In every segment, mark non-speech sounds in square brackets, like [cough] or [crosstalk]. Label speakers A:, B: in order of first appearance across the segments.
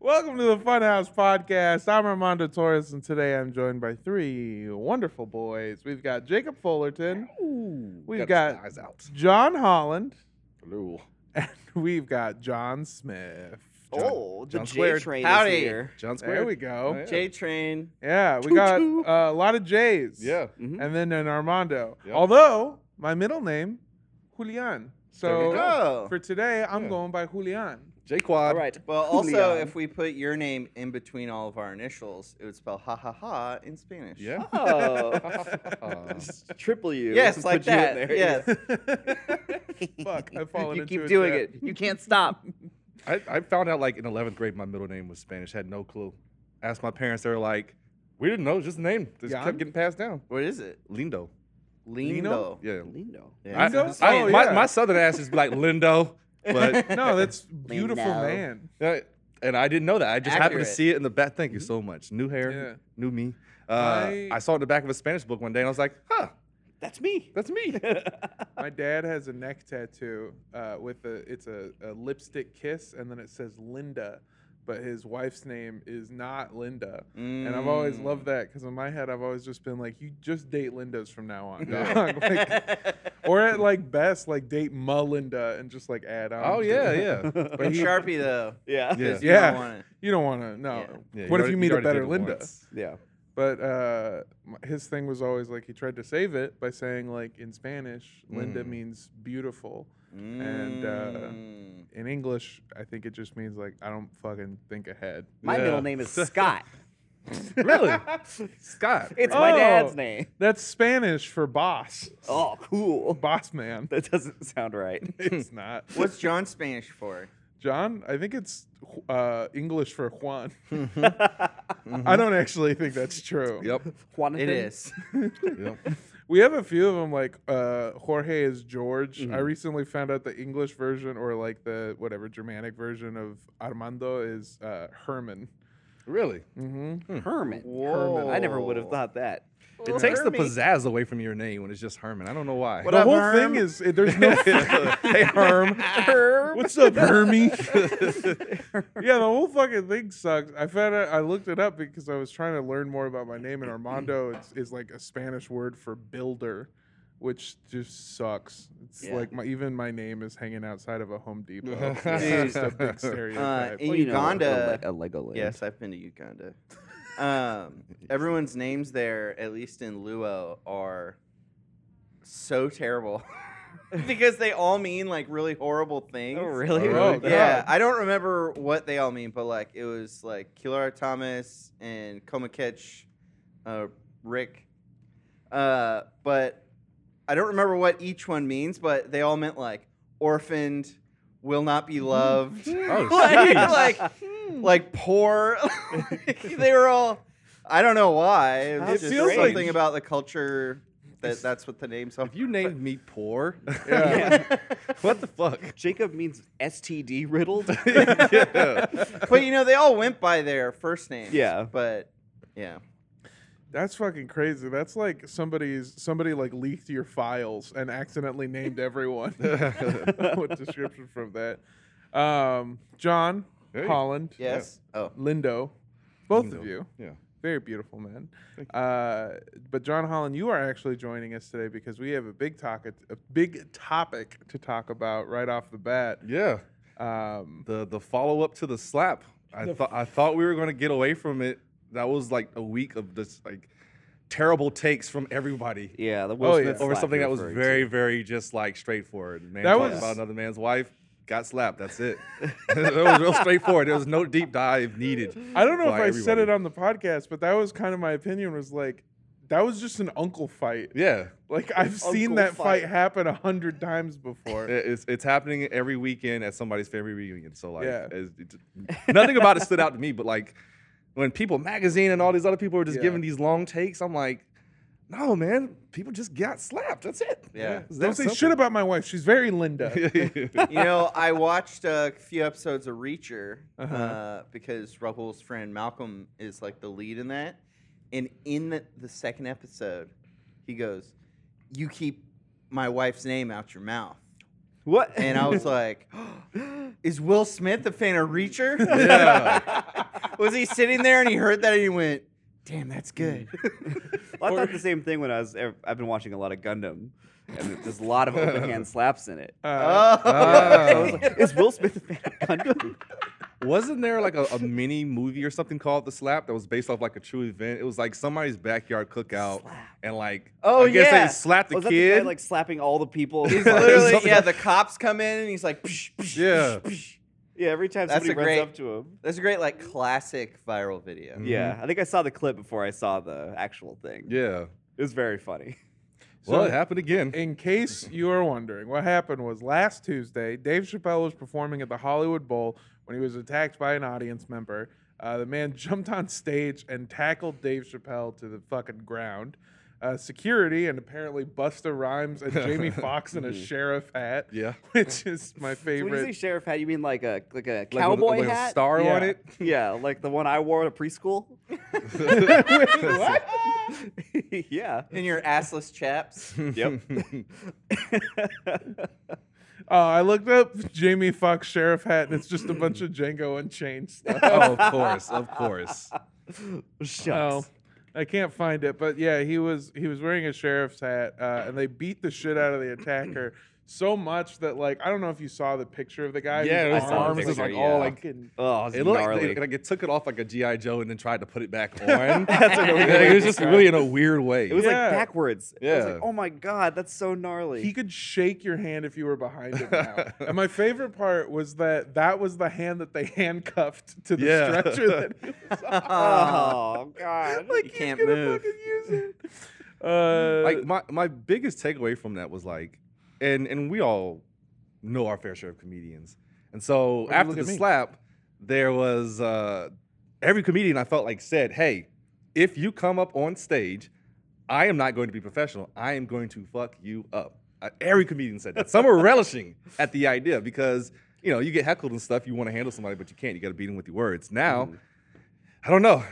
A: Welcome to the Funhouse Podcast. I'm Armando Torres, and today I'm joined by three wonderful boys. We've got Jacob Fullerton, we've got
B: eyes out.
A: John Holland,
B: Hello.
A: and we've got John Smith.
C: Oh, the
B: John
C: J
B: Squared.
C: train
D: Howdy.
C: is here.
B: John Square.
A: There we go.
B: Yeah.
D: J Train.
A: Yeah, we got
C: Choo-choo.
A: uh, a lot of J's.
B: Yeah. Hmm.
C: Mhm.
A: And then an Armando.
B: Yep.
A: Although, my middle name, Julian.
B: There you
A: So
C: Oh.
A: for today, I'm
B: Yeah.
A: going by Julian.
B: J Quad.
C: All right.
D: Well, also,
C: Leon.
D: if we put your name in between all of our initials, it would spell ha ha ha in Spanish. [laughs]
B: Yeah. [laughs]
C: Oh.
B: Uh,
C: Triple you.
D: Yes,
C: Put
D: like
C: you in
D: that.
C: there.
B: [laughs]
D: Yes.
A: Fuck,
C: [laughs]
A: I've fallen
C: You
A: into
C: keep
A: a
C: doing
A: trap.
C: it. You can't stop.
B: I, I found out like in 11th grade my middle name was Spanish. Had no clue. Asked my parents. They were like, we didn't know. Just the name. Just
A: Jan?
B: kept getting passed down.
D: What is it?
B: Lindo.
A: Lino?
D: Lindo.
B: Yeah.
C: Lindo.
D: Yeah.
A: Lindo?
B: I, I,
A: Oh,
D: [laughs]
B: my,
A: yeah.
B: my southern ass is like Lindo. But
A: No, that's
C: [laughs]
A: beautiful man.
B: Yeah, and I didn't know that. I just happened to
D: Accurate.
B: see it in the back. Thank you so much. New hair,
A: Yeah.
B: new me. Uh,
A: My-
B: I saw it in the back of a Spanish book one day, and I was like, "Huh,
C: That's me.
B: that's me."
A: My dad has a neck tattoo uh, with a it's a, a lipstick kiss and then it says Linda, but his wife's name is not Linda. And I've always
D: Mm.
A: loved that because in my head I've always just been like, you just date Lindas from now on, [laughs] dog.
B: [laughs]
A: Like, or at like best, like date Melinda and just like add on.
B: [laughs] oh
A: to [laughs]
B: yeah,
A: it.
B: yeah.
D: In Sharpie though.
C: Yeah.
B: Yeah.
D: 'cause you
A: Yeah.
D: Don't want it.
A: You don't want to. No.
D: Yeah.
B: Yeah,
A: what if
B: already-
A: you meet a
B: already
A: better
B: did it
A: Linda?
B: once.
C: Yeah.
A: But uh, m- his thing was always like he tried to save it by saying like in Spanish, Linda
B: Mm.
A: means beautiful. And, uh,
D: Mm.
A: In English, I think it just means like I don't fucking think ahead.
C: My
B: Yeah.
C: middle name is Scott.
A: [laughs]
B: really, Scott.
C: It's my
A: Oh.
C: dad's name.
A: That's Spanish for boss,
C: Oh, cool.
A: boss man.
C: That doesn't sound right.
A: It's not
D: What's John Spanish for?
A: John. I think it's Ju- uh, English for Juan. [laughs] I don't actually think that's true.
B: Yep.
C: Juanathan?
D: It is.
B: yep.
A: We have a few of them. Like uh, Jorge is George. I recently found out the English version or like the whatever Germanic version of Armando is uh, Herman.
B: Really,
A: Mm-hmm.
C: Herman.
D: Whoa.
C: I never would have thought [laughs] that.
B: it takes the
D: Hermie.
B: pizzazz away from your name when it's just Herman. I don't know why.
D: What
A: The
D: up,
A: whole
D: Herm?
A: thing is it- there's
D: [laughs]
A: no.
B: [laughs]
A: [laughs]
B: hey Herm.
A: What's up, Hermie? yeah, the whole fucking thing sucks. I found out, I looked it up because I was trying to learn more about my name, and Armando is, is like a Spanish word for builder, which just sucks. It's
C: Yeah.
A: like my, even my name is hanging outside of a Home Depot.
B: Dude.
A: It's just a big
D: Uh,
A: stereotype.
D: in
C: Well, you know,
D: Uganda,
C: a Leg- a Legoland.
D: Yes, I've been to
C: [laughs]
D: Uganda. um, everyone's names there, at least in Luo, are so terrible [laughs] because they all mean like really horrible things. [laughs]
C: Oh, really?
A: Oh, God.
D: Yeah, I don't remember what they all mean, but like it was like Kilara Thomas and Komakech, uh, Rick. Uh, but I don't remember what each one means, but they all meant like orphaned, will not
C: [laughs]
D: be loved, [laughs]
B: Oh,
D: like,
B: jeez.
D: like hmm. like poor. [laughs] they were all. I don't know why. It,
C: How
D: was just
A: feels like-
D: something about the culture that that's what the names are.
B: If you [laughs]
D: [laughs]
B: named me poor,
A: Yeah.
B: [laughs] what the fuck? [laughs]
C: Jacob means STD riddled.
B: yeah.
D: but you know, they all went by their first names.
C: Yeah.
D: But yeah.
A: That's fucking crazy. That's like somebody's somebody like leaked your files and accidentally named
B: [laughs]
A: everyone. [laughs] what description from that? Um, John
B: Hey.
A: Holland,
D: Yes. Oh.
A: Lindo, both
B: Lindo.
A: of you,
B: Yeah.
A: very beautiful men. Uh, but John Holland, you are actually joining us today because we have a big talk, a big topic to talk about right off the bat.
B: Yeah.
A: Um,
B: the the follow up to the slap. I thought I thought we were gonna get away from it. That was like a week of just like terrible takes from everybody
C: yeah, the Will
A: Oh, yeah.
C: Smith
B: over
C: slap
B: something
C: you're
B: that was
C: referring
B: very very just like straightforward. Man
A: That
B: talked
A: was-
B: about another man's wife, got slapped. That's it. [laughs] it was real straightforward. There was no deep dive needed.
A: I don't know if
B: by
A: I said
B: everybody.
A: it on the podcast, but that was kind of my opinion. Was like that was just an uncle fight.
B: Yeah,
A: Like I've seen
C: Uncle
A: that fight,
C: fight.
A: happen a hundred times before.
B: it- it's it's happening every weekend at somebody's family reunion. So like,
A: Yeah.
B: it's- it's- nothing about it stood out to me. But like, when People Magazine and all these other people were just
A: Yeah.
B: giving these long takes, I'm like, no man, people just got slapped. That's it.
D: Yeah.
B: It's
A: Don't
B: that
A: say
B: simple.
A: shit about my wife. She's very Linda.
B: [laughs]
D: you know, I watched a few episodes of Reacher uh
A: Uh-huh.
D: because Rahul's friend Malcolm is like the lead in that. And in the, the second episode, he goes, You keep my wife's name out your mouth.
C: What?
D: [laughs] [gasps] And I was like, Is Will Smith a fan of Reacher?
B: yeah.
D: [laughs] was he sitting there and he heard that and he went, "Damn, that's good." [laughs]
C: Well, I thought the same thing when I was. ev- I've been watching a lot of Gundam, and there's a lot of open hand slaps in it.
A: Uh,
D: oh,
C: [laughs] I was
D: [laughs]
B: Ah.
C: [laughs] like, is Will Smith a fan of Gundam?
B: Wasn't there like a, a mini movie or something called The Slap that was based off like a true event? It was like somebody's backyard cookout and like
D: Oh,
B: I guess
D: yeah.
B: they slapped the
C: was that
B: kid.
C: the guy like slapping all the
D: [laughs]
C: people?
D: he's
C: Like,
D: literally
B: something-
D: yeah. The cops come in and he's like, psh, psh,
B: Yeah.
D: psh, psh.
C: yeah, every time
D: That's
C: somebody
D: a
C: runs
D: great- Mm-hmm.
C: up to him.
D: That's a great like classic viral video.
B: Mhm.
C: Yeah, I think I saw the clip before I saw the actual thing.
B: yeah.
C: It was very funny. [laughs]
B: Well,
A: So-
B: it happened again.
A: in case you are wondering, what happened was last Tuesday, Dave Chappelle was performing at the Hollywood Bowl when he was attacked by an audience member. Uh, the man [laughs] jumped on stage and tackled Dave Chappelle to the fucking ground. Uh, security and apparently Busta Rhymes and Jamie Foxx in a sheriff hat,
B: Yeah.
A: [laughs] which is my
C: So when you say
A: favorite.
C: sheriff hat, you mean like a like a
B: Like with-
C: cowboy
B: like
C: hat?
B: a star
A: Yeah.
B: on it.
C: Yeah, like the one I wore at preschool. [laughs]
B: [laughs]
D: [laughs]
C: yeah.
D: In your assless chaps.
C: Yep.
B: [laughs]
A: Uh, I looked up Jamie Foxx sheriff hat, and it's just a bunch of Django
D: [laughs]
A: Unchained stuff.
B: oh, of course, of course.
A: Oh,
C: Shucks.
A: I can't find it, but yeah, he was he was wearing a sheriff's hat, uh, and they beat the shit out of the attacker so much that like I don't know if you saw the picture of the guy.
B: Yeah,
A: his
B: it was
C: saw the
A: arms was
C: picture,
A: like
C: yeah.
A: all like in-
C: Oh, it's
B: It looked like,
C: gnarly.
B: they, like it took it off like a GI Joe and then tried to put it back [laughs] on.
C: That's a really
B: Like,
C: good way
B: it
C: to
B: was just
C: describe
B: really in
C: it.
B: a weird way.
C: It was
A: Yeah.
C: like backwards. I was
B: Yeah.
C: like, oh my god, that's so gnarly.
A: he could shake your hand if you were behind him now.
C: [laughs]
A: and my favorite part was that that was the hand that they handcuffed to the
B: Yeah.
A: stretcher
C: [laughs]
A: that he was on.
C: oh god.
D: you
A: he's
D: can't
A: gonna
D: move.
A: fucking use it. Uh,
B: like my, my biggest takeaway from that was like, and and we all know our fair share of comedians, and so
A: you
B: after
A: look at
B: the
A: me?
B: slap, there was uh, every comedian I felt like said, "Hey, if you come up on stage, I am not going to be professional. I am going to fuck you up." Uh, every comedian said
A: [laughs]
B: that. Some were relishing at the idea because you know you get heckled and stuff. You want to handle somebody, but you can't. You got to beat them with your words. Now,
A: Mm.
B: I don't know.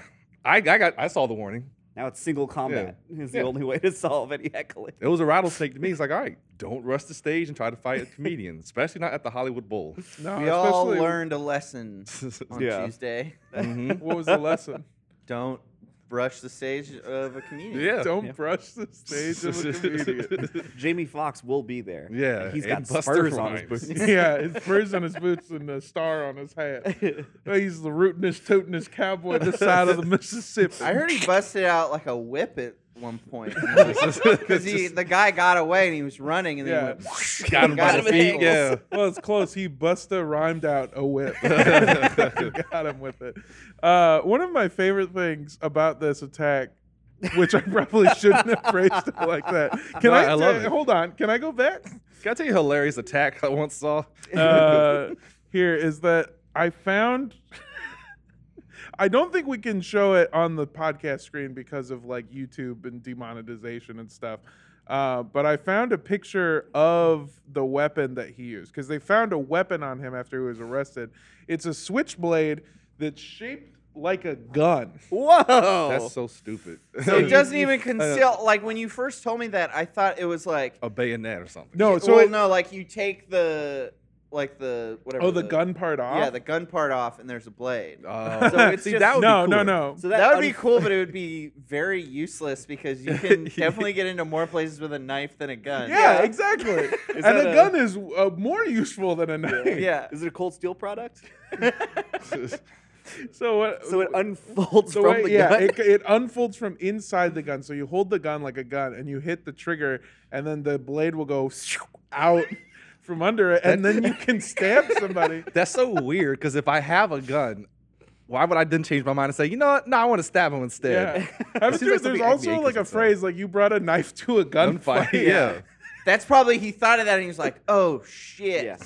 B: I, I got I saw the warning.
C: Now it's single combat [laughs] is the
B: Yeah.
C: only way to solve any heckling.
B: It was a rattlesnake to me. It's like, all right, don't rush the stage and try to fight a comedian, especially not at the Hollywood Bowl.
A: no,
D: we all
A: especially-
D: learned a lesson on
C: Yeah.
D: Tuesday.
B: [laughs] Mhm.
A: What was the lesson?
D: Don't brush the stage of a comedian.
B: Yeah.
A: Don't brush the stage of [laughs] a comedian.
C: Jamie Foxx will be there.
B: Yeah,
C: And he's
B: and
C: got
B: Busta
C: spurs on his
B: Rhymes.
C: boots.
A: yeah, his spurs on his boots and a star on his hat. He's the rootinest, tootinest cowboy this side of the Mississippi.
D: I heard he busted out like a whip at one
A: [laughs]
D: point [laughs] because he the guy got away and he was running and then
A: Yeah.
D: he
B: [laughs]
D: went,
B: got
C: [laughs]
B: him by
D: Got
B: the
D: him
B: feet.
D: in
B: Yeah.
A: [laughs] Well, it's close. He Busta rhymed out a whip. [laughs] Got him with it. Uh, one of my favorite things about this attack, which I probably shouldn't have phrased it like that. Can
B: No,
A: I,
B: I love it.
A: hold on? Can I go back?
B: [laughs] Can I tell you a hilarious attack I once saw?
A: Uh, here is that I found. I don't think we can show it on the podcast screen because of like YouTube and demonetization and stuff. Uh, but I found a picture of the weapon that he used because they found a weapon on him after he was arrested. It's a switchblade that's shaped like a gun.
C: Whoa. [laughs]
B: That's so stupid.
D: so it doesn't even conceal. Like when you first told me that, I thought it was like
B: [laughs] a bayonet or something.
A: No, Oh, so
D: well,
A: it,
D: no, like you take the like the whatever.
A: oh, the gun part off.
D: Yeah, the gun part off, and there's a blade.
B: Oh.
C: [laughs]
D: So it's
B: See,
D: just-
B: that would
A: no,
B: be
A: no,
B: cooler.
A: no.
C: so
D: that, would be
C: [laughs]
A: [laughs]
D: cool, but it would be very useless because you can definitely get into more places with a knife than a gun.
A: Yeah,
D: [laughs]
A: exactly. and
C: that
A: a,
C: a-
A: gun is uh, more useful than a knife.
D: Yeah.
C: Is it a cold steel product?
A: So what?
C: [laughs] So it
A: [laughs]
C: unfolds
A: So
C: from
A: wait,
C: the
A: yeah,
C: gun.
A: It,
C: [laughs]
A: it unfolds from inside the gun. So you hold the gun like a gun, and you hit the trigger, and then the blade will go [laughs] out from under it, and then you can stab
B: [laughs]
A: somebody.
B: [laughs] That's so weird because if I have a gun, why would I then change my mind and say, you know what? No, I want to stab him
A: Yeah,
B: instead?
A: I'm
B: seems
A: sure there's
B: like something
A: also
B: Agni
A: like a
B: Akers would say.
A: phrase like you brought a knife to a [laughs] gunfight.
B: [laughs] Gunfight. Yeah.
D: That's probably he thought of that and he was like, "Oh shit."
C: Yeah.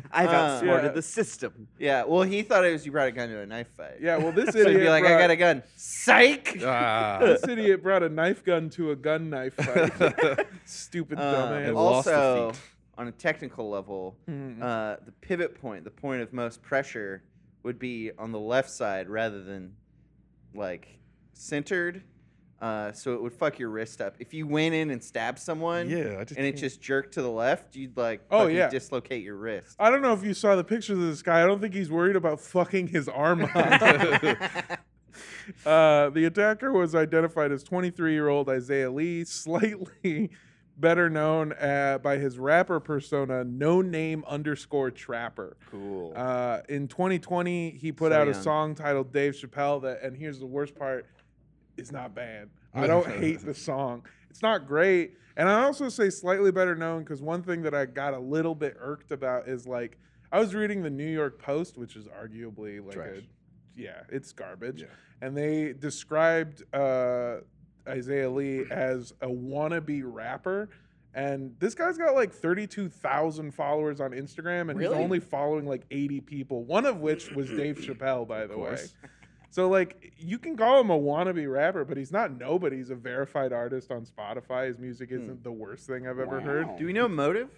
D: [laughs]
C: I've
D: Uh,
C: outsmarted
A: Yeah.
C: the system.
D: Yeah, well, he thought it was you brought a gun to a knife fight.
A: Yeah, well, this
D: [laughs] so he'd
A: idiot
D: be like,
A: brought-
D: I got a gun.
A: [laughs]
D: Psych.
B: Ah.
A: this idiot brought a knife gun to a gun knife fight.
B: [laughs]
A: Stupid
B: Uh,
D: Um,
A: dumbass.
B: all- lost the
D: also,
B: feet.
D: on a technical level,
A: Mhm.
D: uh, the pivot point, the point of most pressure, would be on the left side rather than like centered. Uh, so it would fuck your wrist up. If you went in and stabbed someone
B: Yeah, I just
D: and it
B: can't-
D: just jerked to the left, you'd like
A: Oh,
D: fucking
A: yeah.
D: dislocate your wrist.
A: I don't know if you saw the pictures of this guy. I don't think he's worried about fucking his arm up. [laughs] Uh, the attacker was identified as 23 year old Isaiah Lee, slightly [laughs] better known uh, by his rapper persona, no name underscore trapper.
D: cool.
A: Uh, in 2020, he put
D: So
A: out a
D: young.
A: song titled Dave Chappelle that, and here's the worst part, is not bad. I don't hate the song. It's not great. And I also say slightly better known because one thing that I got a little bit irked about is like, I was reading the New York Post, which is arguably like a,
B: Trash.
A: yeah, it's garbage.
B: Yeah.
A: And they described uh, Isaiah Lee as a wannabe rapper. And this guy's got like 32,000 followers on Instagram, and
C: Really?
A: he's only following like 80 people, one of which was Dave Chappelle, by the way.
B: course.
A: So, like, you can call him a wannabe rapper, but he's not nobody. He's a verified artist on Spotify. His music isn't the worst thing I've ever heard.
D: Do we know motive?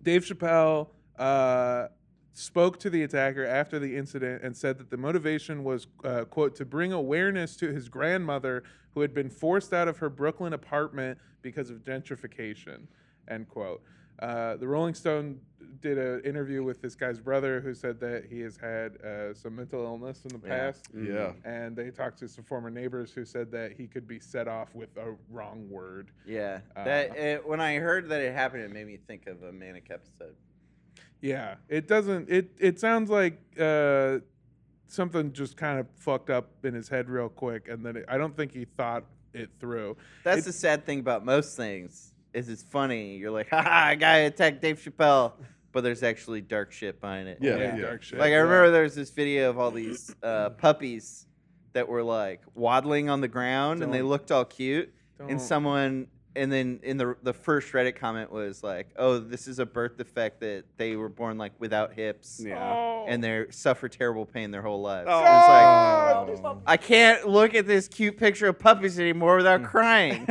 A: Dave Chappelle uh, spoke to the attacker after the incident and said that the motivation was, uh, quote, to bring awareness to his grandmother who had been forced out of her Brooklyn apartment because of gentrification, end quote. Uh, the Rolling Stone did an interview with this guy's brother who said that he has had uh, some mental illness in the past.
B: Yeah.
A: And they talked to some former neighbors who said that he could be set off with a wrong word.
D: Yeah.
A: Uh,
D: that it, when I heard that it happened, it made me think of a manic episode.
A: Yeah, it doesn't. It it sounds like uh, something just kind of fucked up in his head real quick, and then it, I don't think he thought it through.
D: That's
A: It-
D: the sad thing about most things is it's funny. You're like, [laughs] ha ha, a guy attacked Dave Chappelle, but there's actually dark shit behind it.
B: Yeah,
A: Big
B: yeah.
A: dark shit.
D: Like I remember there was this video of all these uh, puppies that were like waddling on the ground and they
A: Don't-
D: looked all cute,
A: Don't-
D: and someone. And then in the the first Reddit comment was like, "Oh, this is a birth defect that they were born like without hips,
C: Yeah.
A: Oh,
D: and they suffer terrible pain their whole lives."
C: Oh.
D: It's like,
B: Oh.
D: I can't look at this cute picture of puppies anymore without crying.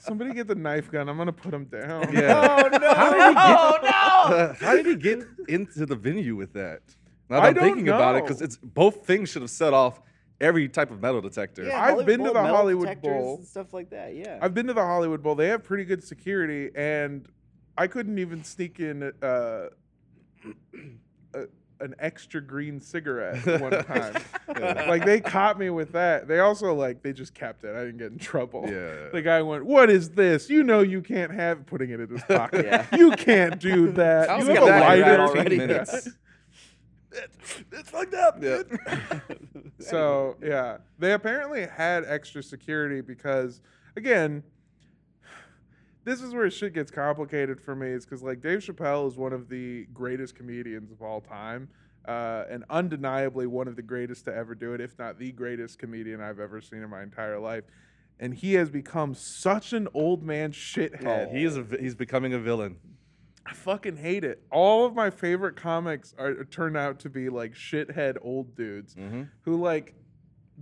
A: somebody get the knife gun. I'm gonna put him down.
D: [laughs]
B: Yeah.
A: [laughs]
D: no!
B: [laughs]
D: Oh no!
B: Uh, how did he get into the venue with that? Now that
A: I
B: I'm
A: don't
B: thinking about it, because
A: know.
B: it's both things should have set off every type of metal detector.
A: I've been to the
C: metal
A: Hollywood
C: detectors
A: Bowl.
C: and stuff like that. Yeah.
A: I've been to the Hollywood Bowl. They have pretty good security, and I couldn't even sneak in uh, a, an extra green cigarette
D: [laughs]
A: one time.
B: Yeah.
A: like they caught me with that. They also like they just kept it. I didn't get in trouble.
B: Yeah.
A: The guy went, "What is this? You know you can't have putting it in
C: [laughs]
A: his pocket.
C: Yeah.
A: You can't
C: [laughs]
A: do that.
B: I
A: you
B: was
A: have a
B: gonna
C: say that
A: lighter
C: already.
B: Minutes.
C: it's fucked up.
A: So yeah, they apparently had extra security because, again, this is where shit gets complicated for me. Is because like Dave Chappelle is one of the greatest comedians of all time, uh, and undeniably one of the greatest to ever do it, if not the greatest comedian I've ever seen in my entire life. And he has become such an old man shithead.
B: [laughs] Yeah, he is a, vi- he's becoming a villain.
A: I fucking hate it. All of my favorite comics are turn out to be like shithead old dudes
B: Mhm.
A: who like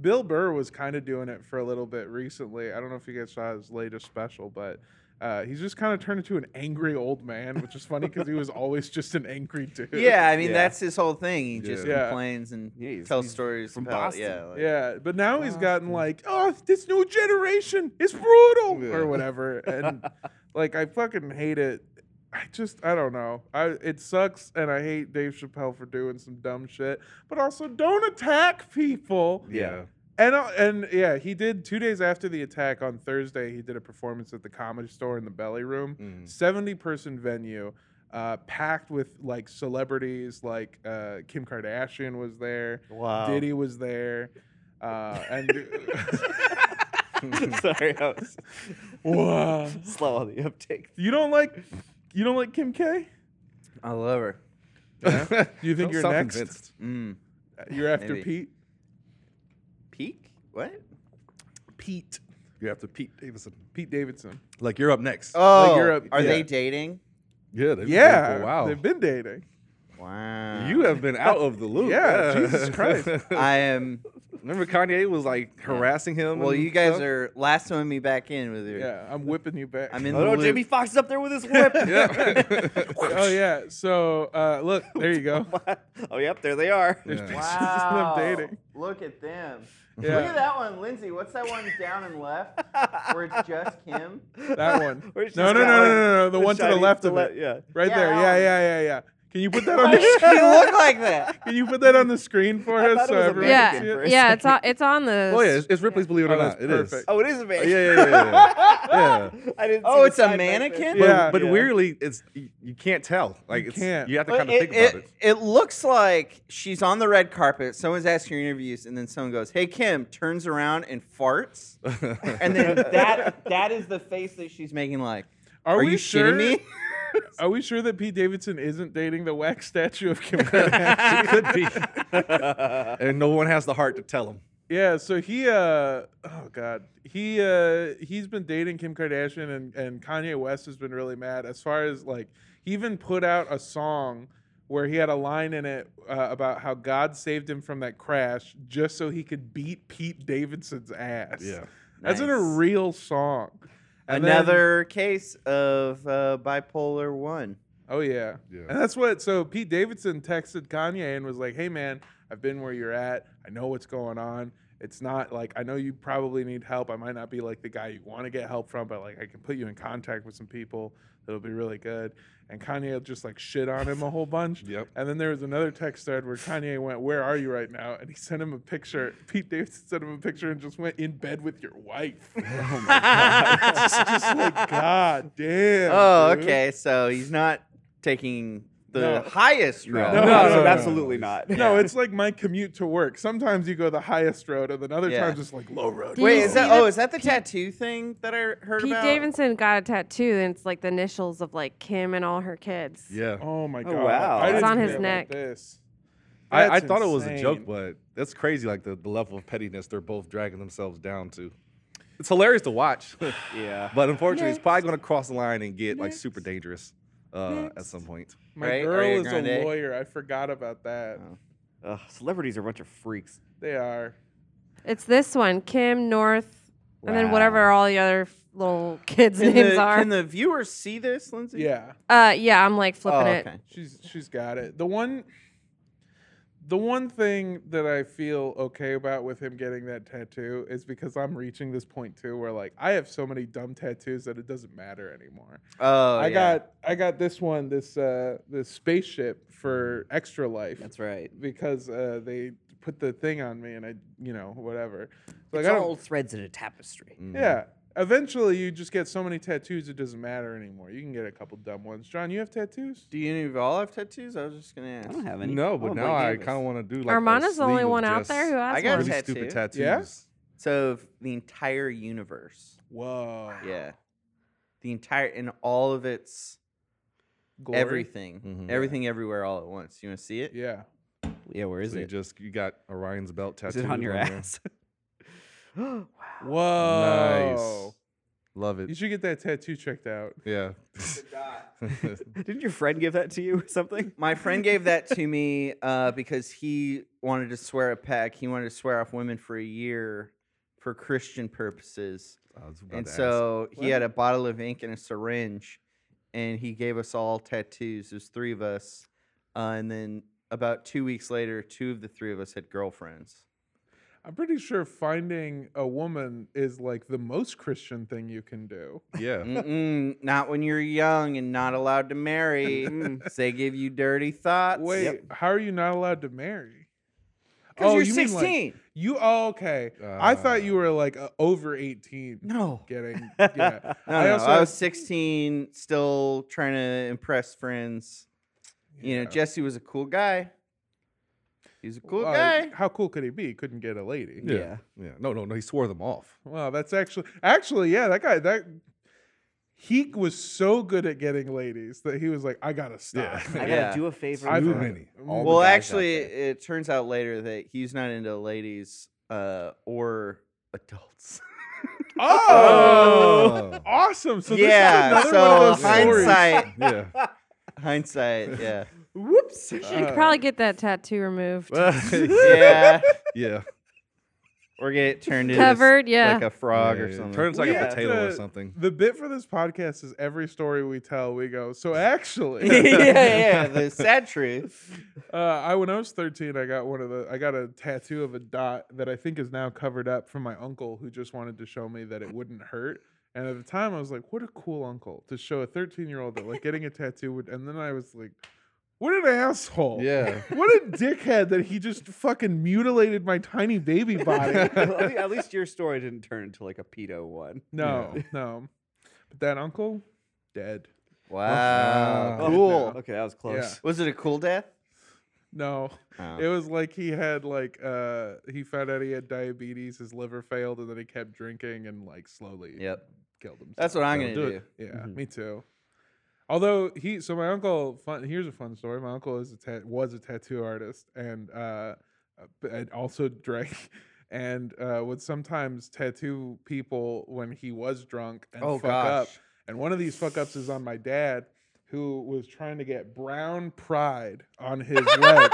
A: Bill Burr was kind of doing it for a little bit recently. I don't know if you guys saw his latest special, but uh, he's just kind of turned into an angry old man, which is funny because he was always just an angry dude.
D: Yeah, I mean
C: Yeah.
D: that's his whole thing. He just
A: Yeah.
D: complains and
C: Yeah, he's-
D: tells
C: he's
D: stories
C: from
D: about
C: Boston.
D: yeah, like-
A: Yeah, but now he's gotten like, oh, this new generation is brutal
B: Yeah.
A: or whatever,
B: [laughs]
A: and like I fucking hate it. I just I don't know. I it sucks, and I hate Dave Chappelle for doing some dumb shit. But also, don't attack people.
B: Yeah.
A: And uh, and yeah, he did two days after the attack on Thursday. He did a performance at the Comedy Store in the Belly Room,
B: Mm.
A: seventy person venue, uh, packed with like celebrities. Like uh, Kim Kardashian was there.
D: Wow.
A: Diddy was there. Uh, and [laughs]
C: [laughs] Sorry, I was
A: Wow.
C: slow on the uptake.
A: you don't like you don't like Kim K?
D: I love her.
A: [laughs] Do you think
B: Don't
A: you're
B: sound
A: next?
B: convinced.
D: Mm.
A: You're after
D: Maybe.
A: Pete.
D: Peak? What?
A: Pete.
B: You're after Pete Davidson.
A: Pete Davidson.
B: Like you're up next.
D: Oh,
A: Europe,
D: are they
A: yeah.
D: dating?
B: yeah. They've
A: yeah.
B: wow. [laughs]
A: They've been dating.
D: Wow.
B: you have been out of the loop. [laughs]
A: Yeah, Jesus Christ.
D: I am
B: Remember Kanye was like harassing him.
D: Well,
B: and
D: you guys
B: stuff?
D: are lassoing me back in with your. [laughs]
A: Yeah, [laughs] I'm whipping you back.
D: I'm in
C: Oh
D: the
C: no,
D: loop.
C: Jamie Foxx is up there with his whip.
B: Yeah.
A: oh yeah. So uh, look, there you
D: [laughs]
A: go.
C: [laughs] oh yep, there they are.
A: [laughs] There's
B: Yeah.
A: pictures of them dating.
D: Look at them.
A: Yeah.
D: Look at that one, Lindsay. What's that one down and [laughs] left where it's just [laughs] Kim?
A: That
C: [laughs]
A: one.
C: Where she's
A: No, no,
C: got,
A: no, no,
C: like,
A: no, no. The one to the
C: shiny-
A: left of
C: le-
A: it.
C: Yeah. Oh,
A: Right
D: Yeah,
A: there.
D: that
A: Yeah,
D: one.
A: yeah, yeah, yeah. Can you put that on
D: Why
A: the
D: does she look like that?
A: Can you put that on the screen for
C: I
A: us
C: thought it
A: so
C: was
A: everyone
C: American
A: can
C: for
A: see
C: a
A: it?
E: yeah, it's on it's on the
B: Oh yeah, it's, it's Ripley's. Believe it
A: Oh,
B: or
A: that's
B: not, it is.
A: perfect.
C: Oh, it is a
B: Yeah,
C: man.
B: yeah, yeah, yeah, yeah. yeah.
C: [laughs] I didn't.
D: Oh,
C: see the
D: it's a
C: side back there.
B: But,
D: mannequin?
A: [laughs] Yeah.
B: but
A: Yeah.
B: weirdly, it's you, you can't tell. Like
A: You
B: it's,
A: can't.
B: you have to kind of
D: it,
B: think about it.
D: it looks like she's on the red carpet. Someone's asking her interviews, and then someone goes, "Hey Kim," turns around and farts, [laughs]
B: [laughs]
D: and then that that is the face that she's making. Like,
A: Are,
D: are,
A: we
D: you
A: sure?
D: shitting [laughs] me?
A: Are we sure that Pete Davidson isn't dating the wax statue of Kim
C: [laughs]
A: Kardashian?
B: It could be, and no one has the heart to tell him.
A: yeah. So he, uh, oh god, he uh, he's been dating Kim Kardashian, and and Kanye West has been really mad. As far as like, he even put out a song where he had a line in it uh, about how God saved him from that crash just so he could beat Pete Davidson's ass.
B: Yeah.
A: That's in a
D: Nice.
A: real song. And then-
D: Another case of uh, bipolar one.
A: Oh yeah.
B: Yeah.
A: And that's what so Pete Davidson texted Kanye and was like, "Hey man, I've been where you're at. I know what's going on. It's not like I know you probably need help. I might not be like the guy you want to get help from, but like I can put you in contact with some people that'll be really good." And Kanye just like shit on him a whole bunch.
B: [laughs] Yep.
A: And then there was another text thread where Kanye went, "Where are you right now?" And he sent him a picture. Pete Davidson sent him a picture and just went, "In bed with your
B: [laughs]
A: wife."
B: Oh,
A: It's [laughs] just like God damn.
D: Oh,
A: dude.
D: okay. So he's not taking the
A: No.
D: highest route.
A: No,
C: No,
A: no, no,
C: absolutely
A: [laughs]
C: not.
A: No, it's like my commute to work. Sometimes you go the highest road, and then other
D: Yeah.
A: times it's like low road.
E: Do
D: Wait,
E: you
D: is
E: see
D: that
E: the
D: oh, is that the tattoo thing that I heard
E: Pete
D: about?
E: Davidson got a tattoo, and it's like the initials of like Kim and all her kids.
B: Yeah.
A: Oh my god!
C: wow.
A: I
C: It's
A: didn't
E: on his
A: think about
E: neck.
A: This.
B: I, I
A: That's
B: thought it was a joke,
A: insane.
B: but that's crazy. Like the, the level of pettiness they're both dragging themselves down to. It's hilarious to watch,
C: [laughs]
B: [laughs]
C: Yeah.
B: but unfortunately, it's probably going to cross the line and get like super dangerous uh, at some point.
A: My
D: Right?
A: girl
D: Ariana
A: is a
D: Grande?
A: lawyer. I forgot about that.
D: Oh.
C: Ugh, celebrities are a bunch of freaks.
A: They are.
E: It's this one, Kim North, and then whatever
C: Wow.
E: all the other f- little kids'
D: Can
E: names
D: the,
E: are.
D: Can the viewers see this, Lindsay?
A: Yeah,
E: uh, yeah, I'm like
D: Oh,
E: flipping it.
D: okay.
A: she's she's got it. The one, the one thing that I feel okay about with him getting that tattoo is because I'm reaching this point too, where like I have so many dumb tattoos that it doesn't matter anymore.
D: Oh,
A: I
D: yeah.
A: got I got this one, this uh, this spaceship for extra life.
C: That's right.
A: because uh, they put the thing on me and I, you know, whatever. So I
F: It's
A: got
F: all threads in a tapestry.
C: Mm,
A: yeah. Eventually, you just get so many tattoos it doesn't matter anymore. You can get a couple dumb ones. John, you have tattoos?
D: Do you of all have tattoos? I was just gonna
C: I
D: ask.
C: don't have any.
B: No, but
C: I'm
B: now
C: Blake
B: I
C: Davis.
B: kind of want to do like. a
E: Armana's the only
B: sleeve of
E: one out
B: just
E: there who has
D: I got
E: one.
B: really
D: tattoo.
B: stupid tattoos.
A: Yeah?
D: So of the entire universe.
A: Whoa.
D: Yeah. The entire in all of its
A: Glory?
D: everything,
C: Mm-hmm.
B: Mhm.
D: everything, everywhere, all at once. You want to see it?
A: Yeah.
C: Yeah, where is
B: So you
C: it?
B: just you got Orion's belt
C: Is
B: tattoo.
C: it on your ass? [laughs]
A: Whoa.
B: Love
A: Oh. You
B: it.
A: should get that tattoo checked out.
B: Yeah. [laughs]
C: Didn't your friend give that to you or something?
A: [laughs]
D: My friend gave that to me uh, because he wanted to swear a pack. He wanted to swear off women for a year for Christian purposes.
B: I was about
D: And
B: to ask.
D: so he had a bottle of ink and a syringe, and he gave us all tattoos. There's three of us. Uh, and then about two weeks later, two of the three of us
A: [laughs]
D: had girlfriends.
A: I'm pretty sure finding a woman is like the most Christian thing you can do.
C: Mm,
B: yeah.
D: Mm-mm, not when you're young and not allowed to marry. 'cause [laughs] they give you dirty thoughts.
A: Mm. Wait, how are you not allowed to marry? Oh,
D: because Oh, you're
A: you mean, like,
D: 16.
A: you oh, okay. I thought you
B: Ah.
A: were like uh, over 18.
D: no. [laughs]
A: getting. Yeah.
D: No,
A: I
D: no,
A: also
D: I was 16, still trying to impress friends. You know, Jesse was a cool guy. He's a cool
A: well,
D: guy.
A: How cool could he be? He couldn't get a lady.
B: Yeah.
C: Yeah.
B: Yeah. No, no, no. He swore them off.
A: Wow, that's actually actually yeah. That guy that he was so good at getting ladies that he was like, I gotta stop.
D: [laughs]
F: I gotta
D: Yeah.
F: do a favor.
A: I've-
B: Too
C: [laughs]
B: many.
A: all the
D: well,
F: guys out
D: actually,
F: there.
D: it turns out later that he's not into ladies uh, or adults.
A: Oh, awesome. [laughs] So
D: yeah,
A: this is another
D: so
A: one of those stories.
D: hindsight,
B: yeah. [laughs]
A: [laughs]
D: hindsight, yeah,
A: Whoops.
C: [laughs]
E: You should probably get that tattoo removed.
B: yeah.
D: yeah.
B: Yeah.
D: or get turned into s-
E: Covered, yeah.
D: like a frog
B: Yeah,
D: or
B: yeah,
D: something.
B: Turn into like
A: We
B: a
A: have
B: potato or
A: to-
B: something.
A: The bit for this podcast is every story we tell, we go, so
D: [laughs] yeah, [laughs]
A: actually,
D: yeah,
A: [laughs]
D: yeah, The sad truth.
A: uh, I when I was 13, I got one of the I got a tattoo of a dot that I think is now covered up from my uncle who just wanted to show me that it wouldn't hurt. And at the time I was like, what a cool uncle to show a 13-year-old that like getting a tattoo would and then I was like, what an asshole.
C: Oh. [laughs]
B: Yeah.
A: What a dickhead that he just fucking mutilated my tiny baby
C: [laughs]
A: body.
C: Well, at lea- at least your story didn't turn into like a pedo one.
A: No, no. But that uncle, dead.
D: Wow.
B: Oh,
D: cool.
C: Okay, that was close.
A: [laughs]
D: Was it a cool death? Oh,
A: No. It
D: Uh-huh.
A: was like he had like uh he found out he had diabetes, his liver failed, and then he kept drinking and like slowly
D: Yep.
A: killed himself.
D: That's what I'm
B: That'll
D: gonna
B: do
D: do. Mm-hmm.
B: it.
A: yeah, me too. Although he so my uncle fun here's a fun story. My uncle is a ta- was a tattoo artist and uh b- and also [laughs] drank and uh would sometimes tattoo people when he was drunk and
D: Oh
A: fuck up.
D: gosh.
A: And one of these fuck ups is on my dad, who was trying to get brown pride on
C: [laughs]
A: his leg.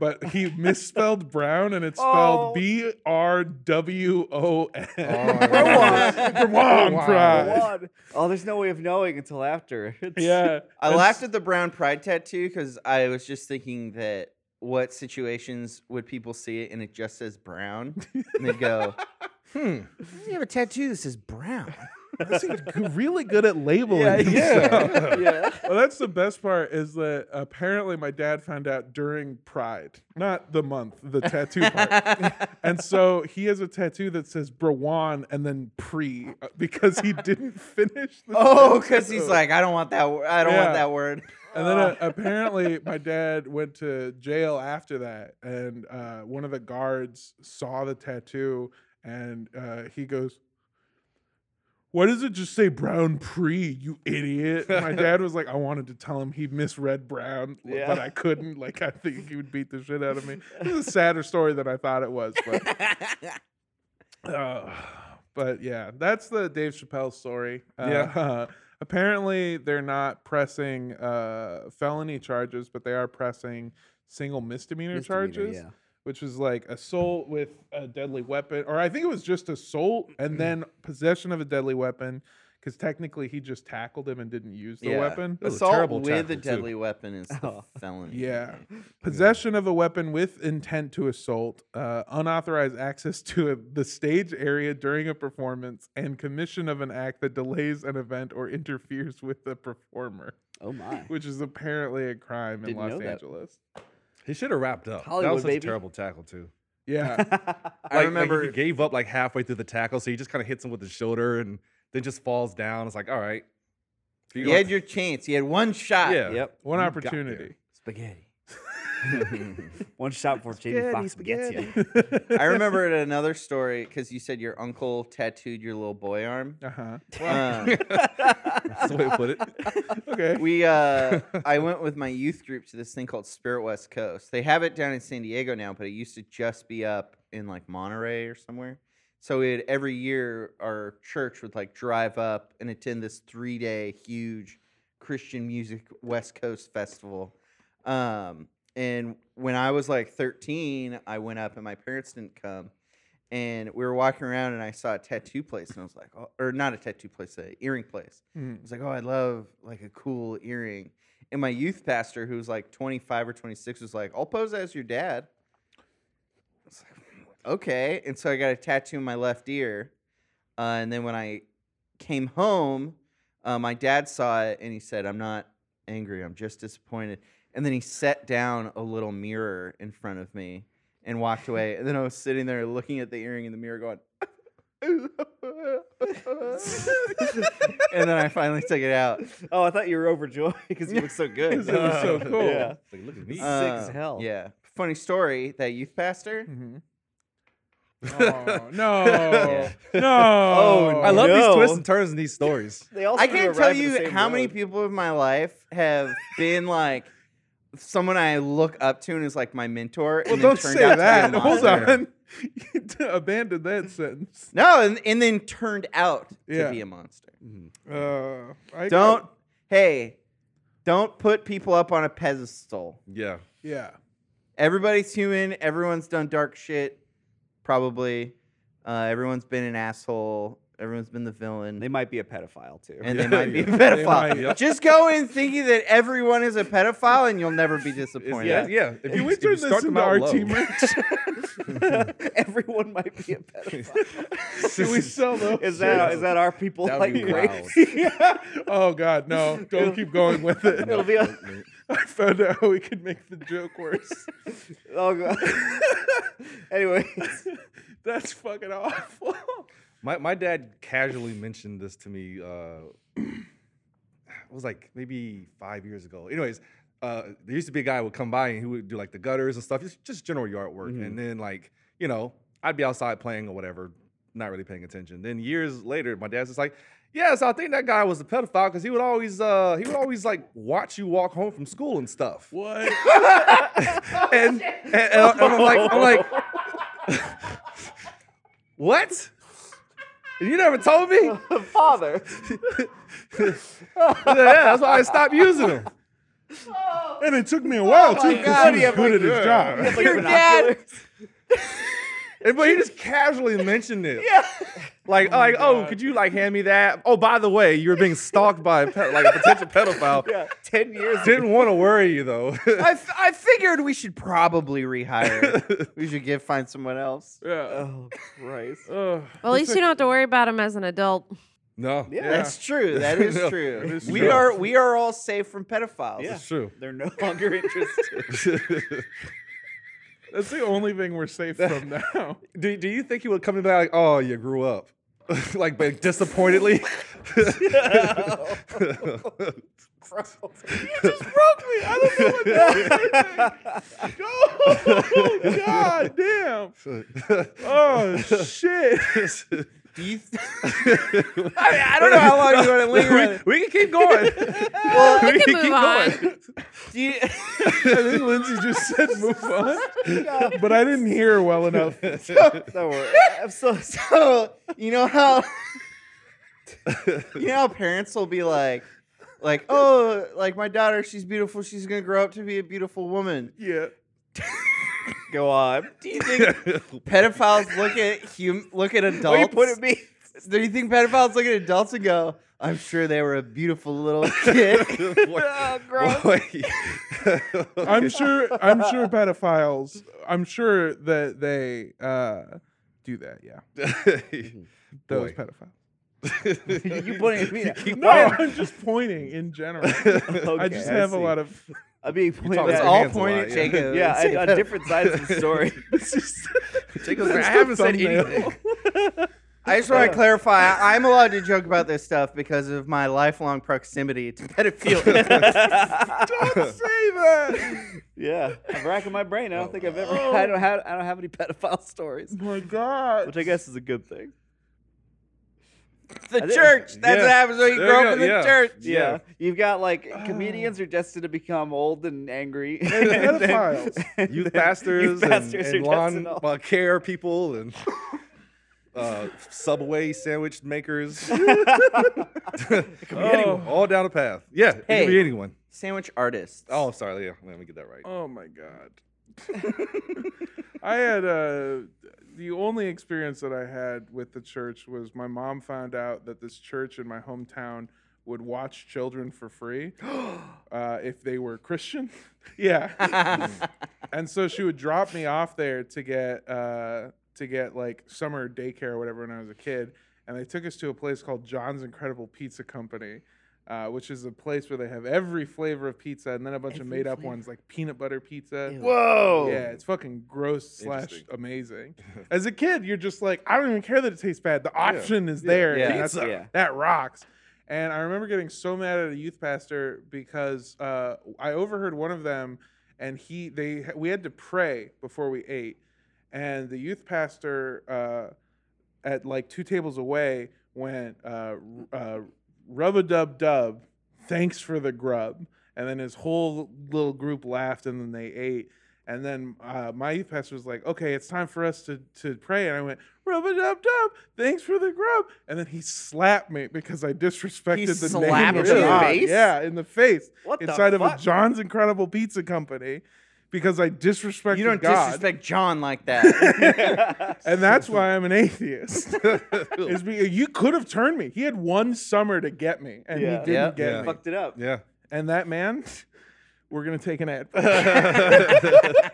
A: But he misspelled brown and it's
C: Oh.
A: spelled B R W O N. Brown
B: Wow.
A: pride.
C: One. Oh, there's no way of knowing until after. [laughs] It's-
A: Yeah.
D: I
A: and
D: laughed at the brown pride tattoo because I was just thinking that what situations would people see it and it just says brown and they
C: [laughs]
D: go,
B: Hmm.
D: "You have a tattoo that says brown."
A: This dude's g- really good at labeling.
C: Yeah,
A: himself.
B: [laughs]
C: yeah, yeah.
A: Well, that's the best part is that apparently my dad found out during Pride, not the month, the tattoo part. and so he has a tattoo that says Brawan and then pre uh, because he didn't finish. The
D: Oh, because he's
A: tattoo.
D: like, "I don't want that. Wor- I don't
A: Yeah.
D: want that word."
A: And then uh, apparently, my dad went to jail after that, and uh, one of the guards saw the tattoo, and uh, he goes, "Why does it just say Brown Pre? You idiot!" And my dad was like, "I wanted to tell him he misread Brown, l-
C: Yeah.
A: but I couldn't. Like, I think he would beat the shit out of me." This is a sadder story than I thought it was, but. Uh, but yeah, that's the Dave Chappelle story.
B: Yeah.
A: Uh, [laughs] apparently, they're not pressing uh, felony charges, but they are pressing single misdemeanor,
C: Misdemeanor,
A: charges,
C: yeah.
A: which was like assault with a deadly weapon, or I think it was just assault and then possession of a deadly weapon, because technically he just tackled him and didn't use the
D: [laughs] Yeah.
A: weapon.
B: That was a
D: Assault
B: terrible
D: with a
B: tackle, too.
D: deadly weapon is the
C: Oh.
D: felony.
A: Yeah. Possession of a weapon with intent to assault, uh, unauthorized access to a, the stage area during a performance, and commission of an act that delays an event or interferes with the performer,
C: Oh my.
A: which is apparently a crime in
C: Didn't know
A: Los
C: that.
A: Angeles.
B: He should have wrapped up. that
C: Hollywood,
B: was such a
C: baby.
B: terrible tackle too.
D: [laughs]
A: Yeah.
C: [laughs]
D: I
B: Like- like,
D: remember.
B: he gave up like halfway through the tackle, so he just kind of hits him with his shoulder and then just falls down. It's like, all right.
D: you had your chance. You had one shot.
B: Yeah. [laughs]
C: Yep.
A: One
B: You got there.
A: opportunity.
C: Spaghetti. One shot before Jamie Foxx gets you.
D: [laughs] I remembered another story because you said your uncle tattooed your little boy arm.
A: Uh huh.
D: Um,
B: [laughs] That's the way to put
C: [laughs]
B: it.
A: Okay.
D: [laughs] we uh I went with my youth group to this thing called Spirit West Coast. They have it down in San Diego now, but it used to just be up in like Monterey or somewhere. So we had every year our church would like drive up and attend this three day huge Christian music West Coast festival. Um and when I was like 13, I went up and my parents didn't come. And we were walking around and I saw a tattoo place and I was like, oh, or not a tattoo place, a earring place.
A: Mm-hmm.
D: [laughs] I was like, oh, I love like a cool earring. And my youth pastor, who was like 25 or 26, was like, I'll pose as your dad. I was like, "Hmm, okay. And so I got a tattoo in my left ear. Uh, and then when I came home, uh, my dad saw it and he said, I'm not angry. I'm just disappointed. And then he set down a little mirror in front of me and walked away. And then I was sitting there looking at the earring in the mirror going, [laughs] and then I finally took it
C: [laughs]
D: out.
C: [laughs] Oh, I thought you were overjoyed because you
D: [laughs]
C: look so good.
A: Because it was
B: [laughs]
A: so cool.
C: Yeah.
B: It's like, look at me.
C: Uh, Sick as hell.
D: Yeah. Funny story that youth
A: [laughs]
D: pastor.
A: Mhm.
D: [laughs]
A: Oh, no. No.
C: Oh,
B: I love
C: no.
B: these twists and turns in these stories.
C: They also
D: I
C: do
D: can't
C: arrive
D: tell
C: at the
D: you
C: same
D: how many
C: road.
D: people in my life have
A: [laughs]
D: been like someone I look up to and is like my mentor.
A: Well,
D: and then
A: don't
D: turned
A: say
D: out to be a
A: that. Hold
D: monster.
A: on. [laughs] Abandon that sentence.
D: No, and, and then turned out
A: Yeah.
D: to be a monster.
A: Uh, I got-
D: Don't, hey, don't put people up on a pedestal.
B: Yeah.
A: yeah.
D: Everybody's human. Everyone's done dark shit, probably. Uh, everyone's been an asshole. Everyone's been the villain.
C: They might be a pedophile too.
D: and [laughs]
B: Yeah,
D: they might be a
B: yeah.
A: might,
D: pedophile.
A: yeah.
D: Just go in thinking that everyone is a pedophile, and you'll never be disappointed.
B: yeah, yeah. If
A: Can
B: you,
A: we
B: if you
A: turn
B: start
A: this
B: them
A: into RT
B: out low, [laughs]
C: [laughs]
A: merch?
C: [laughs] Everyone might be a
B: [laughs]
C: pedophile.
A: Can we sell
C: [laughs]
A: those?
C: Is that is that our people
B: That
C: like
B: would be
C: [laughs] grapes?
A: Yeah. Oh God, no! Don't keep going with it.
C: It'll be a,
A: [laughs] I found out how we could make the joke worse.
C: [laughs] oh god. [laughs] anyway,
A: That's fucking awful.
B: my my dad casually mentioned this to me. Uh, it was like maybe five years ago. Anyways, uh, there used to be a guy who would come by and he would do like the gutters and stuff, just, just general yard work. And then like you know, I'd be outside playing or whatever, not really paying attention. Then years later, my dad's just like. Yeah, so I think that guy was a pedophile because he would always uh, he would always like watch you walk home from school and stuff.
A: What?
B: and, and, and I'm I'm like, I'm like, [laughs] what? You never told me?
C: father.
B: yeah, that's why I stopped using them.
A: And it took me a while too
C: God,
A: because
C: he
A: he was
C: had,
A: good at his job.
C: Your dad.
B: And- but he just casually mentioned it.
C: Yeah.
B: Like, like, oh,
A: God.
B: could you like hand me that? Oh, by the way, you were being stalked by a pe- like a potential pedophile.
C: [laughs] yeah. Ten years.
B: Didn't want to worry you though. [laughs]
D: I, f- I figured we should probably rehire. we should give find someone else.
A: Yeah.
C: Oh Christ.
A: Ugh.
E: Well, at least you don't have to worry about him as an adult.
B: no.
C: Yeah.
D: That's
B: [laughs]
D: true. That is
B: No,
D: true.
A: that is
D: we
A: true.
D: are we are all safe from pedophiles.
C: Yeah.
B: It's true. [laughs]
C: They're no longer interested.
A: That's the only thing we're safe from now. [laughs]
B: Do, do you think he would come back like, oh, you grew up? [laughs] like, but disappointedly? [laughs]
A: I don't know what that Oh God damn. [laughs] Oh shit.
D: Do you th- I, mean, I don't know how long you want to linger. on it.
B: we, we can keep going.
E: Well, we
B: we
E: can
B: can
E: move
B: keep
E: on. [laughs]
D: Do you-
A: I think Lindsay just said move on. But I didn't hear her well enough.
C: Don't worry. I'm so [laughs] sorry.
D: so you know how [laughs] you know how parents will be like, like, oh, like my daughter, she's beautiful. She's gonna grow up to be a beautiful woman.
A: Yeah.
C: Go on.
D: Do you
C: [laughs]
D: think pedophiles look at hum- look at adults?
C: What you put at me?
D: Do you think pedophiles look at adults and go, "I'm sure they were a
B: [laughs]
D: beautiful little kid"?
B: oh,
C: gross.
B: [laughs]
A: I'm sure I'm sure pedophiles I'm sure that they uh do that, yeah.
B: [laughs]
A: Those
B: Boy.
A: pedophiles.
C: you pointing at [laughs] me? now.
A: No, [laughs] I'm just pointing in general. I
C: Oh. Okay,
A: just have a
C: see.
A: lot of
C: I'm being pointed
B: talking
D: Let's
C: at.
B: Yeah,
D: all
B: hands a
D: point
B: lot, [laughs]
D: at
B: yeah.
D: Jacob.
C: [laughs] yeah,
D: and say,
C: I, on different sides of the story.
B: Jacob's like,
A: That's
B: I
A: the
B: haven't said
A: thumbnail."
B: anything. [laughs]
D: I just want to clarify. I- I'm allowed to joke about this stuff because of my lifelong proximity to pedophilia.
A: Don't say that.
C: [laughs] yeah, I'm racking my brain. I don't think I've ever. [laughs] I don't have. I don't have any pedophile stories,
A: My God.
C: which I guess is a good thing.
D: the
C: I did-
D: church. That's what
B: Yeah.
D: happens when you
B: There
D: grow
B: you
D: up
B: go,
D: in the
B: yeah.
D: church.
C: Yeah,
B: Yeah.
C: you've got like comedians are destined to become old and angry.
A: And
C: [laughs] and then-
A: pedophiles.
C: and
B: Youth
C: then
B: pastors,
C: pastors
B: and, and
C: are
B: lawn
C: destined all-
B: uh, care people and [laughs] uh, subway sandwich makers. [laughs] It could be anyone, all down the path. Yeah, it
D: Hey.
B: could be anyone.
D: Sandwich artists.
B: Oh, sorry. Yeah, let me get that right.
A: Oh my god. I had uh the only experience that I had with the church was my mom found out that this church in my hometown would watch children for free uh, if they were Christian. [laughs] yeah. and so she would drop me off there to get uh, to get like summer daycare or whatever when I was a kid. And they took us to a place called John's Incredible Pizza Company, uh, which is a place where they have every flavor of pizza and then a bunch of made up ones like peanut butter pizza.
B: Whoa.
A: Yeah, it's fucking gross slash
B: Interesting.
A: amazing. As a kid, you're just like, I don't even care that it tastes bad. The option is there.
D: Yeah.
A: and that's-
C: Pizza. Yeah.
A: That rocks. And I remember getting so mad at a youth pastor because uh, I overheard one of them, and he they we had to pray before we ate, and the youth pastor uh, at like two tables away went uh, uh, rub a dub dub, thanks for the grub, and then his whole little group laughed, and then they ate. And then uh, my youth pastor was like, "Okay, it's time for us to to pray." And I went, "Rub a dub dub, thanks for the grub." And then he slapped me because I disrespected the
D: slapped
A: name of
D: you in the
A: God.
C: face?
A: Yeah, in the face,
C: What the
A: inside of a
C: fuck?
A: John's Incredible Pizza Company, because I disrespected
D: You don't
A: God,
D: disrespect John like that.
B: [laughs]
A: and that's why
D: [laughs]
A: I'm an atheist. Is be- you could have turned me. He had one summer to get me, and he
C: Yeah.
A: didn't
D: Yeah.
A: get
B: Yeah.
A: me.
C: Fucked it up.
B: [laughs] yeah.
A: And that man, [laughs] we're gonna take an ad. [laughs]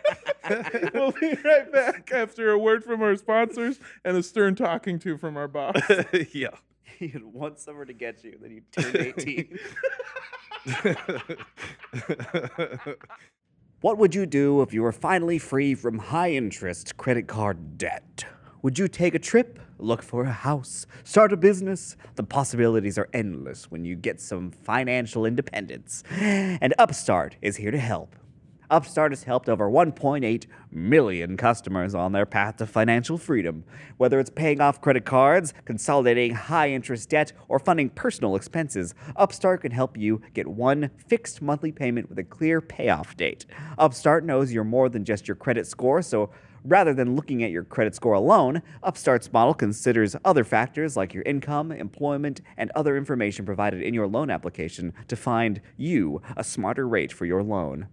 B: [laughs]
A: we'll be right back after a word from our sponsors and a stern talking to from our boss.
B: yeah.
C: [laughs] He had one summer to get you, then you turned 18. [laughs] What would you do if you were finally free from high interest credit card debt? Would you take a trip, look for a house, start a business? The possibilities are endless when you get some financial independence. And Upstart is here to help. Upstart has helped over 1.8 million customers on their path to financial freedom. Whether it's paying off credit cards, consolidating high interest debt, or funding personal expenses, Upstart can help you get one fixed monthly payment with a clear payoff date. Upstart knows you're more than just your credit score, so Rather than looking at your credit score alone, Upstart's model considers other factors like your income, employment, and other information provided in your loan application to find you a smarter rate for your loan.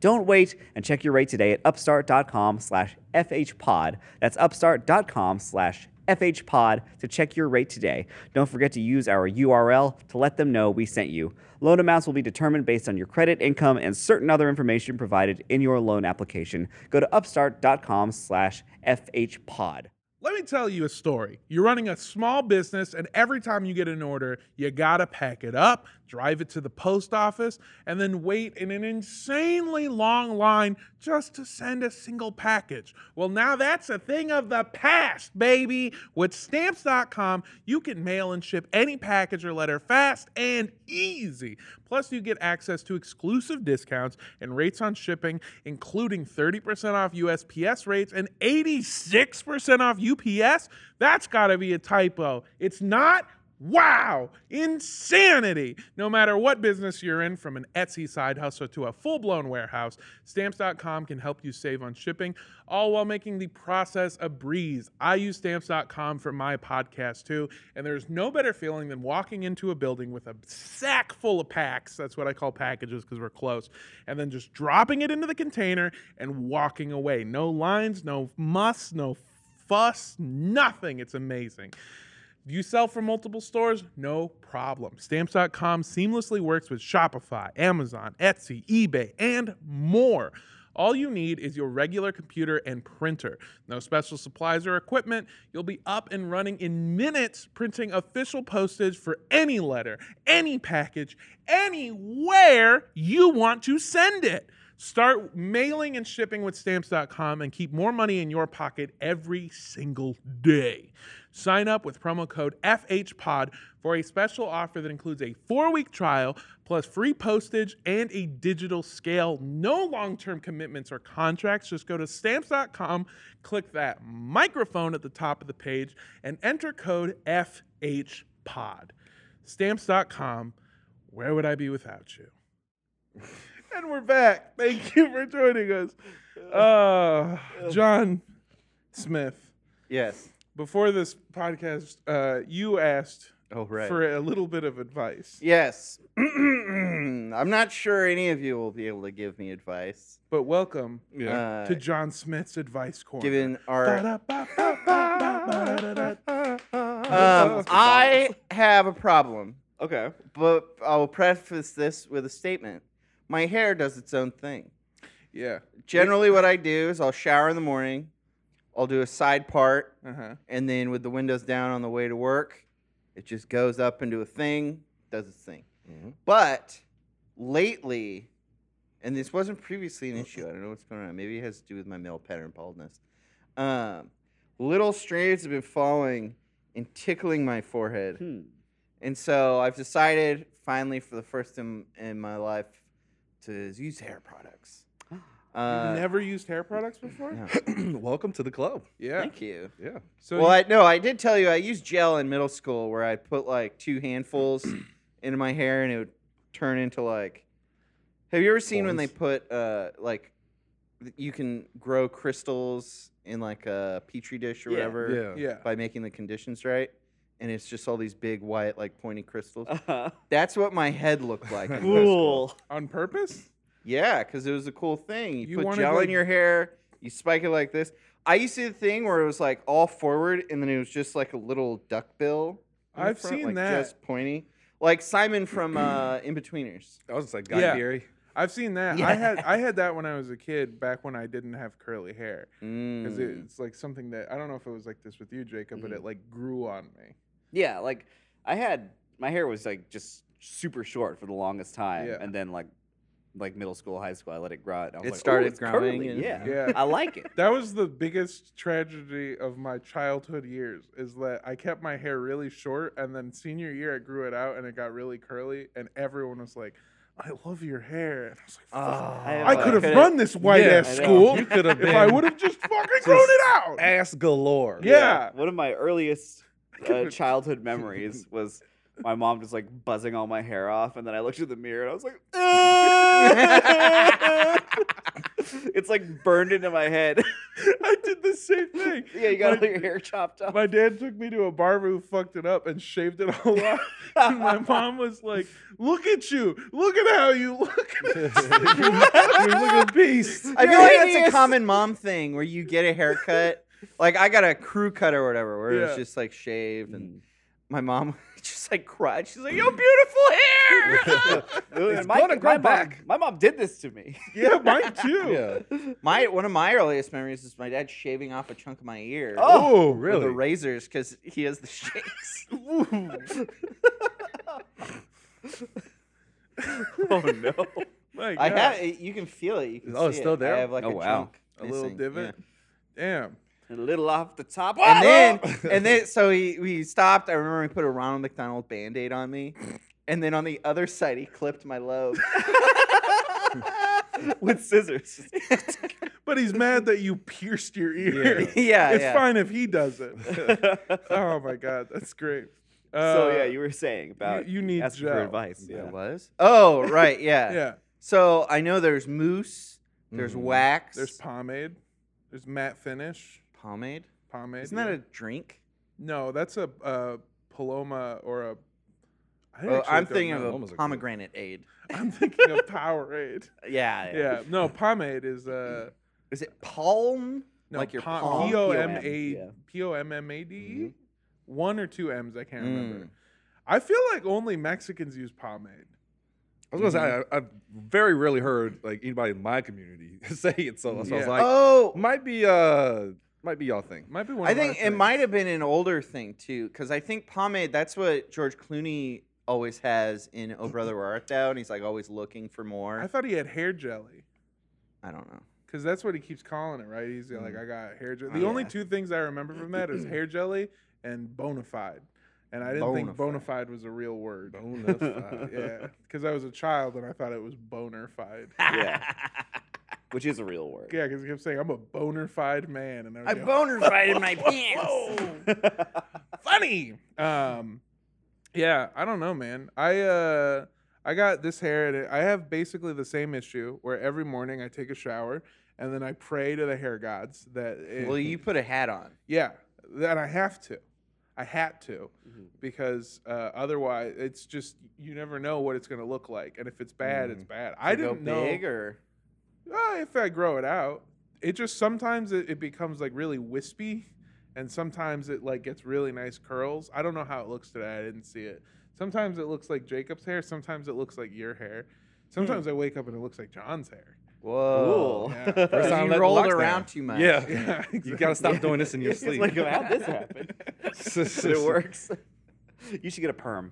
C: Don't wait and check your rate today at upstart.com slash fhpod. That's upstart.com slash fhpod to check your rate today. Don't forget to use our URL to let them know we sent you. Loan amounts will be determined based on your credit, income, and certain other information provided in your loan application. Go to upstart.com slash fhpod.
A: [laughs] Let me tell you a story. You're running a small business, and every time you get an order, you gotta pack it up, drive it to the post office, and then wait in an insanely long line just to send a single package. Well, now that's a thing of the past, baby. With stamps.com, you can mail and ship any package or letter fast and easy. Plus, you get access to exclusive discounts and rates on shipping, including 30% off USPS rates and 86% off UPS. That's got to be a typo. It's not. Wow, insanity! No matter what business you're in, from an Etsy side hustle to a full blown warehouse, stamps.com can help you save on shipping, all while making the process a breeze. I use stamps.com for my podcast too, and there's no better feeling than walking into a building with a sack full of packs that's what I call packages because we're close and then just dropping it into the container and walking away. No lines, no muss, no fuss, nothing. It's amazing. Do you sell from multiple stores? No problem. Stamps.com seamlessly works with Shopify, Amazon, Etsy, eBay, and more. All you need is your regular computer and printer. No special supplies or equipment. You'll be up and running in minutes printing official postage for any letter, any package, anywhere you want to send it. Start mailing and shipping with stamps.com and keep more money in your pocket every single day. Sign up with promo code FHPOD for a special offer that includes a four week trial plus free postage and a digital scale. No long term commitments or contracts. Just go to stamps.com, click that microphone at the top of the page, and enter code FHPOD. Stamps.com. Where would I be without you? And we're back. Thank you for joining us. Uh, John Smith,
D: yes.
A: before this podcast, uh, you asked
D: Oh right.
A: for a little bit of advice.
D: yes. [clears throat] I'm not sure any of you will be able to give me advice.
A: But welcome
B: [laughs] Uh,
D: Yeah.
A: to John Smith's Advice Corner.
D: Uh, Given our
A: Um,
B: Oh,
D: Um, I have a problem,
C: Okay.
D: but I will preface this with a statement. My hair does its own thing.
A: yeah.
D: Generally, what I do is I'll shower in the morning, I'll do a side part,
A: Uh-huh.
D: and then with the windows down on the way to work, it just goes up into a thing, does its thing.
A: Mm-hmm.
B: Mhm.
D: But lately, and this wasn't previously an issue. I don't know what's going on. Maybe it has to do with my male pattern baldness. Um, little strands have been falling and tickling my forehead.
C: Hmm.
D: And so I've decided finally for the first time in my life to use hair products. Uh,
A: Ah, You've never used hair products before?
D: no.
B: Welcome to the club.
A: Yeah.
D: Thank you.
B: Yeah.
A: So
D: well,
A: you-
D: I no, I did tell you I used gel in middle school where I put like two
A: [clears throat]
D: handfuls into my hair and it would turn into like. Have you ever seen when they put uh like, th- you can grow crystals in like a petri dish or
C: Yeah.
D: whatever
A: yeah.
D: by making the conditions right, and it's just all these big
A: Oh.
D: white like pointy crystals.
C: Uh-huh.
A: [laughs]
D: That's what my head looked like. in middle school.
C: Cool.
A: On purpose?
D: Yeah, because it was a cool thing. You,
A: You
D: put
A: wanted,
D: gel
A: like-
D: in your hair, you spike it like this. I used to do the thing where it was like all forward, and then it was just like a little duck bill. in the
A: I've
D: front,
A: seen
D: like
A: that.
D: just pointy, like Simon from uh, [clears throat] In Betweeners.
B: I was like, Guy
A: Yeah.
B: Fieri.
A: I've seen that. I had I had that when I was a kid, back when I didn't have curly hair, because
D: Mm. Mm-hmm.
A: it's like something that I don't know if it was like this with you, Jacob, but it like grew on me.
C: Yeah, like I had my hair was like just super short for the longest time,
A: Yeah.
C: and then like like middle school, high school, I let it grow out. And I was
D: It
C: like, "Ooh,
D: started
C: it's
D: growing
C: curly,
D: and-
C: yeah,
A: Yeah.
C: I like it.
A: That was the biggest tragedy of my childhood years is that I kept my hair really short and then senior year I grew it out and it got really curly and everyone was like, I love your hair. And I was like,
D: Oh, I
A: I
D: know, I [laughs]
A: could have
D: could've-
A: run this white
B: Yeah,
A: ass
C: I know.
A: school
B: You could have
A: if I
B: been
A: would have just fucking grown it out.
B: ass galore.
A: Yeah.
C: One of my earliest uh,
A: couldn't-
C: childhood memories was my mom just like buzzing all my hair off, and then I looked in the mirror and I was like,
D: [laughs]
C: "Ah!" it's like burned into my head.
A: I did the same thing.
C: yeah, you
A: My-
C: got all your hair chopped off.
A: My dad took me to a barber who fucked it up and shaved it [laughs] all off. and my mom was like, "Look at you! Look at how you look! [laughs] you look a beast!"
D: [laughs] I feel like that's a
C: hideous.
D: common mom thing where you get a haircut. [laughs] like I got a crew cut or whatever, where it was
A: Yeah.
D: just like shaved, and
C: Mm.
D: my mom [laughs] just like cried. She's like, "Yo, [laughs] beautiful hair!"
C: And
B: gonna grow
C: my Mom,
B: back.
C: my mom did this to me. [laughs]
A: Yeah, mine too.
B: Yeah.
D: my one of my earliest memories is my dad shaving off a chunk of my ear.
B: Oh,
D: with
B: really? [laughs]
D: the razors because he has the shakes.
C: oh no.
A: My
D: I
A: God.
D: have. It, you can feel it. You can
B: Oh, it's
D: see it.
B: still there?
D: I have like
C: Oh,
D: a
C: wow.
D: chunk,
A: a little
D: missing,
A: divot.
D: yeah.
A: Damn.
C: A little off the top.
D: And then, and then, so he we stopped. I remember he put a Ronald McDonald band aid on me, and then on the other side he clipped my lobe.
C: [laughs]
D: [laughs]
C: with scissors.
A: But he's mad that you pierced your ear.
D: yeah,
A: it's
D: yeah.
A: fine if he does it.
D: [laughs]
C: so
A: oh my God, that's great.
C: yeah,
A: Uh,
C: you were saying about
A: you need
C: asking
A: gel.
C: for advice.
D: It
C: Yeah.
D: was. Oh, right.
A: [laughs]
D: Yeah.
A: yeah.
D: So I know there's mousse. There's
B: Mhm.
D: wax.
A: There's pomade. There's matte finish.
D: pomade.
A: Pomade.
D: Isn't that
A: yeah.
D: a drink?
A: No, that's a, uh Paloma or a. I
D: Oh,
A: actually
D: I'm
A: don't
D: thinking
A: know.
B: Paloma
D: of
B: was a
D: a
B: good-
D: pomegranate aid.
A: [laughs] I'm thinking of Powerade.
D: [laughs] Yeah,
A: Yeah, no, pomade is uh,
D: Is it palm?
A: no,
D: like your
A: pom-
D: palm?
A: P O
C: P-O-M,
A: M A E?
C: yeah.
A: P O M M A D E, one or two M's. I can't remember.
D: Mm-hmm. Mm.
A: I feel like only Mexicans use pomade.
B: I was gonna say I, I've very rarely heard like anybody in my community [laughs] say it, so that's what I was
A: Yeah.
B: like,
D: Oh,
B: might be uh, might be y'all thing.
A: Might be one.
D: I
A: of our
D: think it
A: things.
D: might have been an older thing too, because I think pomade. That's what George Clooney always has in Oh Brother Where Art Thou, and he's like always looking for
A: I
D: more.
A: thought he had hair jelly
D: I don't know.
A: because that's what he keeps calling it, right? He's like, I got hair jelly.
D: Oh,
A: The only
D: yeah.
A: two things I remember from that
D: [clears throat]
A: is hair jelly and bonafide, and I didn't think
D: Bonafide.
A: bonafide was a real word. [laughs]
B: Bonafide.
A: yeah, because I was a child and I thought it was bonerfied.
D: [laughs]
C: yeah. Which is a real word.
A: Yeah, because he kept saying I'm a bonerfied man, and I, was
D: I
A: like,
D: boner fight
C: [laughs]
D: in my pants.
A: funny. Um, yeah, I don't know, man. I uh, I got this hair, and it, I have basically the same issue where every morning I take a shower and then I pray to the hair gods that. It,
D: Well, you put a hat on.
A: Yeah, that I have to. I had to
D: Mm-hmm.
C: Mhm.
A: because uh, otherwise it's just you never know what it's going to look like, and if it's bad, it's bad. I
D: Mm. Does it
A: didn't
D: go
A: know.
D: big or
A: Uh, if I grow it out, it just sometimes it, it becomes like really wispy, and sometimes it like gets really nice curls. I don't know how it looks today. I didn't see it. Sometimes it looks like Jacob's hair. Sometimes it looks like your hair. Sometimes
D: Hmm.
A: I wake up and it looks like John's hair.
C: [laughs]
D: whoa.
C: Cool.
A: Yeah,
B: First time I let
D: you
B: the
D: rolled
B: locks
D: around
B: down.
D: too much.
B: Yeah,
A: [laughs] Yeah,
B: you gotta stop doing this in your
C: [laughs] It's
B: sleep.
C: like, how'd this happen? but it works. You should get a perm.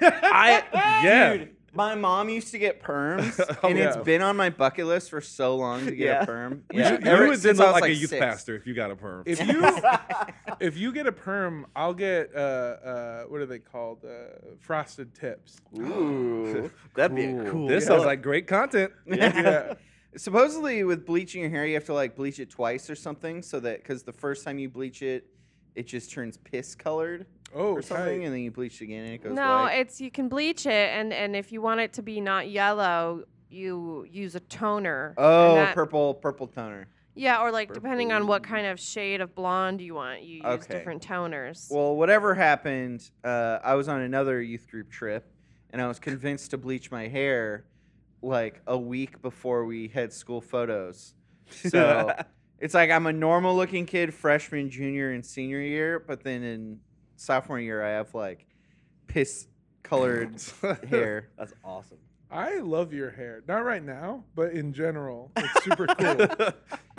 D: I
B: Yeah.
D: dude, my mom used to get perms,
B: [laughs] Oh,
D: and it's
A: yeah.
D: been on my bucket list for so long to get
C: Yeah.
D: a perm.
B: You should-
D: ever
B: you would then
D: since I
B: look
D: was,
B: like, a youth
D: six.
B: pastor if you got a perm.
A: If
D: [laughs]
A: you if you get a perm, I'll get uh, uh, what are they called? Uh, frosted tips.
C: [laughs] Ooh. That'd be a cool.
B: this sounds like great content.
D: [laughs]
A: Yeah,
D: Supposedly, with bleaching your hair, you have to like bleach it twice or something, so that because the first time you bleach it, it just turns piss colored
A: Oh,
D: or something,
A: tight.
D: and then you bleach it again and it goes
E: No,
D: white.
E: it's you can bleach it, and and if you want it to be not yellow, you use a toner. and
D: oh,
E: that-
D: purple, purple toner.
E: Yeah, or like depending on what kind of shade of blonde you want, you use
D: Okay.
E: different toners.
D: Well, whatever happened, uh, I was on another youth group trip, and I was convinced to bleach my hair like a week before we had school [laughs] photos. So it's like I'm a normal looking kid freshman, junior, and senior year, but then in sophomore year I have like piss [laughs] colored hair.
C: That's awesome.
A: I love your hair. Not right now, but in general, it's super cool.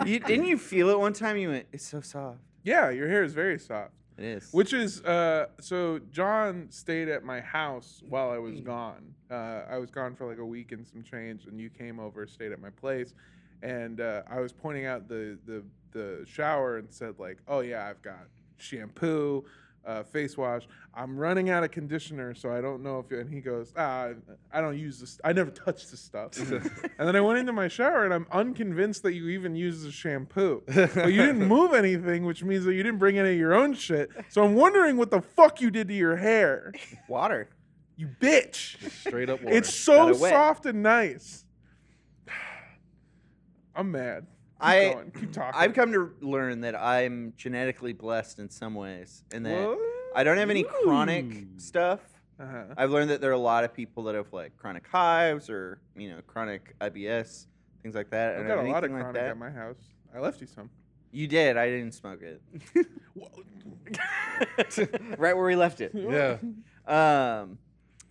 D: You didn't you feel it one time? You went, it's so soft.
A: yeah, your hair is very soft.
D: It is.
A: Which is uh, so John stayed at my house while I was gone. Uh, I was gone for like a week and some change, and you came over, stayed at my place, and uh, I was pointing out the the the shower and said like, oh yeah, I've got shampoo. Uh, face wash. I'm running out of conditioner, so I don't know if. And he goes, ah, I don't use this. I never touch this stuff. and then I went into my shower, and I'm unconvinced that you even use the shampoo. But you didn't move anything, which means that you didn't bring any of your own shit. So I'm wondering what the fuck you did to your hair.
D: [laughs] water.
A: You bitch.
D: [laughs]
B: Straight up water.
A: It's so
D: Got it wet.
A: soft and nice. [sighs] I'm mad. Keep
D: I-
A: going.
D: [clears throat]
A: keep talking.
D: I've come to learn that I'm genetically blessed in some ways, and that
A: Whoa.
D: I don't have any chronic
B: Ooh.
D: stuff.
A: Uh-huh.
D: I've learned that there are a lot of people that have like chronic hives or you know chronic IBS things like that.
A: I've
D: I don't
A: got
D: have
A: a lot of
D: anything
A: chronic
D: like that.
A: at my house. I left you some.
D: you did. I didn't smoke it.
C: Right where we left it.
B: yeah.
D: Um,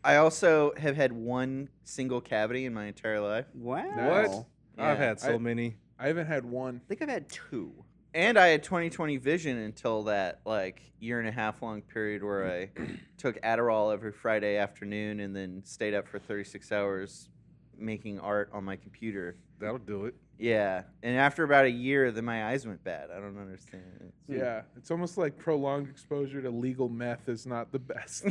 D: I also have had one single cavity in my entire life,
C: Wow.
A: What?
B: I've
D: Yeah,
B: had so
A: I-
B: many.
A: I haven't had one.
C: I think I've had two. [laughs]
D: and I had 20/20 vision until that like year and a half long period where
A: [clears throat]
D: I took Adderall every Friday afternoon and then stayed up for 36 hours making art on my computer.
B: That'll do it.
D: Yeah, and after about a year, then my eyes went bad. I don't understand. It's-
A: Yeah, it's almost like prolonged exposure to legal meth is not the [laughs]
D: [laughs]
A: best.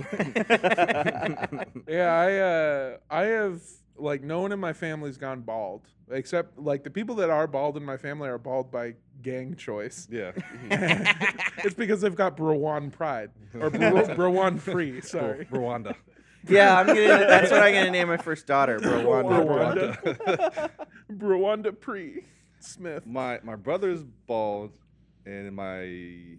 A: Yeah, I uh, I have like no one in my family's gone bald except like the people that are bald in my family are bald by gang choice.
B: [laughs] yeah.
A: it's because they've got Brawan pride or Bra- Brawan free. Sorry.
B: Ru- [laughs] Rwanda.
D: Yeah, I'm gonna. That's what I'm gonna name my first daughter,
A: Rwanda.
D: Rwanda.
A: Brawanda Pre Smith.
B: [laughs] my my brother's bald, and my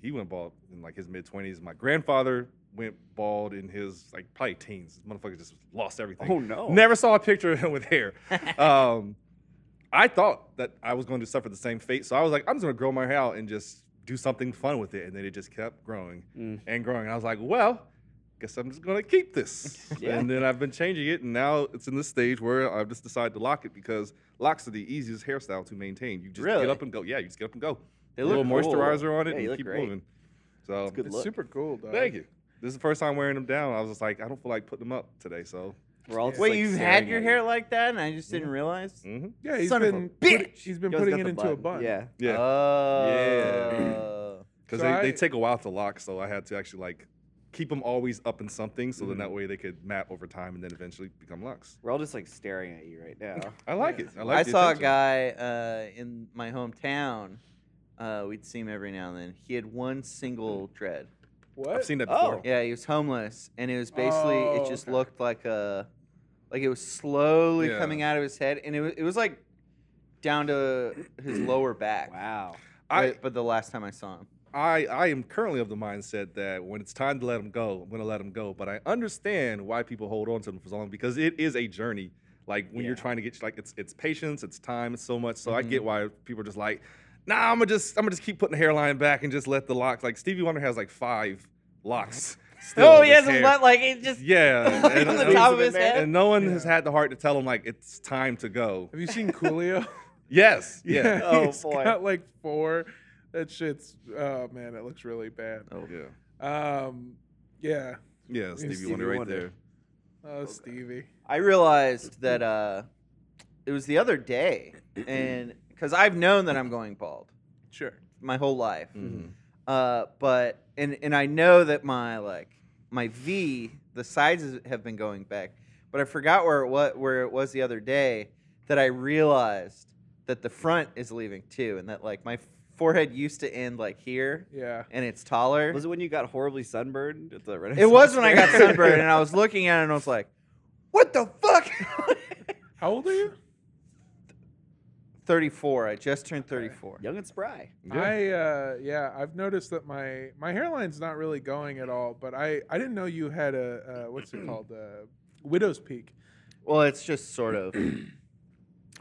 B: he went bald in like his mid twenties. My grandfather went bald in his like probably teens. This motherfucker just lost everything.
C: Oh, no.
B: Never saw a picture of him with hair. um, I thought that I was going to suffer the same fate, so I was like, I'm just gonna grow my hair out and just do something fun with it, and then it just kept growing
C: Mm.
B: and growing. And I was like, well. Guess I'm just gonna keep this,
C: [laughs] Yeah.
B: and then I've been changing it, and now it's in this stage where I've just decided to lock it because locks are the easiest hairstyle to maintain. You just
D: Really?
B: get up and go. Yeah, you just get up and go.
D: They
B: a
D: look
B: little
D: cool.
B: moisturizer on it
C: Yeah, you
B: and
C: look
B: keep
C: great.
B: moving. So
C: good
A: It's
C: look.
A: super cool, though.
B: thank you. This is the first time wearing them down. I was just like, I don't feel like putting them up today. So
C: We're all just,
D: Wait,
C: like,
D: you've
C: staring
D: had
C: at
D: your
C: it.
D: hair like that, and I just didn't realize.
B: mhm.
A: Yeah, he's
D: Son of a
A: been put-
D: bitch.
A: he's been
C: Yo, it's
A: putting
C: got
A: it
C: the
A: into a bun.
C: Yeah.
B: yeah,
D: Oh.
B: because
A: So
B: they,
A: I-
B: they take a while to lock, so I had to actually like keep them always up in something, so
A: Mm-hmm.
B: then that way they could map over time and then eventually become locks.
C: We're all just like staring at you right now.
B: I like
A: Yeah.
B: it. [clears throat] I,
D: I
B: like the
D: saw a
B: attention.
D: guy uh, in my hometown. Uh, we'd see him every now and then. He had one
B: Hmm.
D: single dread.
A: What?
B: I've seen that
C: Oh.
B: before.
D: Yeah, he was homeless, and it was basically
A: Oh,
D: it just
A: okay.
D: looked like a like it was slowly
B: Yeah.
D: coming out of his head, and it was it was like down to
B: [clears throat]
D: his lower back.
C: wow.
B: I,
D: but, but the last time I saw him,
B: I, I am currently of the mindset that when it's time to let them go, I'm gonna let them go. But I understand why people hold on to them for so long because it is a journey. Like when you're
C: Yeah.
B: trying to get like it's it's patience, it's time, it's so much. So I
A: Mm-hmm.
B: get why people are just like, nah, I'm gonna just I'm gonna just keep putting the hairline back and just let the locks. Like Stevie Wonder has like five
A: [laughs]
B: locks. Still
D: oh,
B: in
D: he
B: his
D: has a
B: hair.
D: butt like it just
B: Yeah,
D: [laughs]
B: [laughs]
D: like
B: and,
D: on the
B: and-
D: top of his head.
B: and no one
A: Yeah.
B: has had the heart to tell him like it's time to go.
A: Have you seen Coolio?
D: [laughs]
B: Yes, yeah,
A: He's
C: Oh, boy.
A: got like four. That shit's. Oh man, it looks really bad.
B: yeah, yeah,
A: Um, yeah.
B: Stevie,
A: Stevie
B: Wonder right
C: Wonder.
B: there.
A: Oh, Stevie.
D: I realized that uh, it was the other day, and because I've known that I'm going bald
A: Sure.
D: my whole life,
B: Mhm.
D: uh, but and and I know that my like my V the sides is- have been going back, but I forgot where it was where it was the other day that I realized that the front is leaving too, and that like my forehead used to end like here,
A: Yeah.
D: and it's taller.
C: Was it when you got horribly sunburned at the Renaissance
D: It was when I got
C: Fair?
D: sunburned,
C: [laughs]
D: and I was looking at it, and I was like, "What the fuck."
A: How old are you?
D: 34. I just turned 34.
C: Young and spry.
A: I uh, yeah, I've noticed that my my hairline's not really going at all. But I I didn't know [clears throat] you had a uh, what's it called uh, widow's peak.
D: Well, it's just sort of.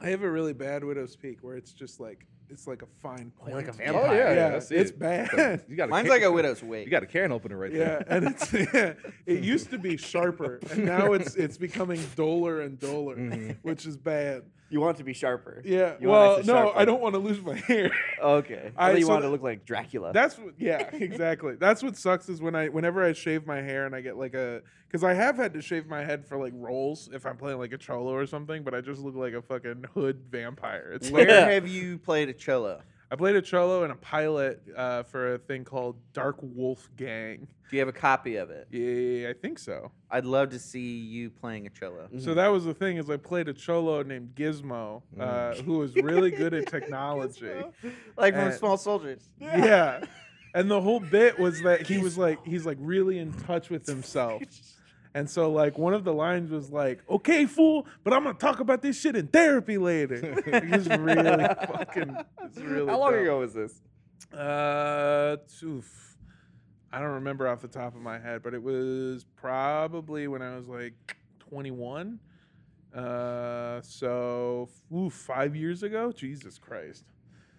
A: I have a really bad widow's peak where it's just like it's like a fine point.
F: Oh, like a
A: yeah,
D: Oh,
F: vampire.
A: Oh, yeah,
B: I see
A: it's
B: it.
A: bad.
B: You got
D: Mine's
B: can-
D: like a widow's wig.
B: You got a can opener
A: [laughs]
B: right
A: yeah,
B: there.
A: and it's yeah, it used to be sharper, and now it's it's becoming duller and duller,
F: Mm-hmm.
A: which is bad.
C: You want it to be sharper.
A: Yeah.
C: You want
A: well,
C: it to
A: no, I
C: sharpen.
A: don't want to lose my hair.
C: [laughs] Okay. I,
A: I-
C: thought you
A: so
C: wanted to
A: th-
C: look like Dracula. [laughs]
A: That's what, yeah, exactly. That's what sucks is when I whenever I shave my hair and I get like a because I have had to shave my head for like roles if I'm playing like a cholo or something, but I just look like a fucking hood vampire. It's
D: Where
A: like,
D: have you played a cello?
A: I played a cholo and a pilot uh, for a thing called Dark Wolf Gang.
D: Do you have a copy of it?
A: Yeah, I think so.
D: I'd love to see you playing a cello.
A: So that was the thing is I played a cholo named Gizmo, uh, who was really good at technology.
D: [laughs] Like from
A: Uh,
D: Small Soldiers.
A: Yeah. And the whole bit was that he was like he's like really in touch with
C: [laughs]
A: himself. And so like one of the lines was like, "Okay, fool, but I'm going to talk about this shit in therapy later." [laughs] Like, It's really fucking it's really
C: How long
A: dumb.
C: ago was this?
A: Uh, oof. I don't remember off the top of my head, but it was probably when I was like 21. Uh, so ooh, five years ago. Jesus Christ.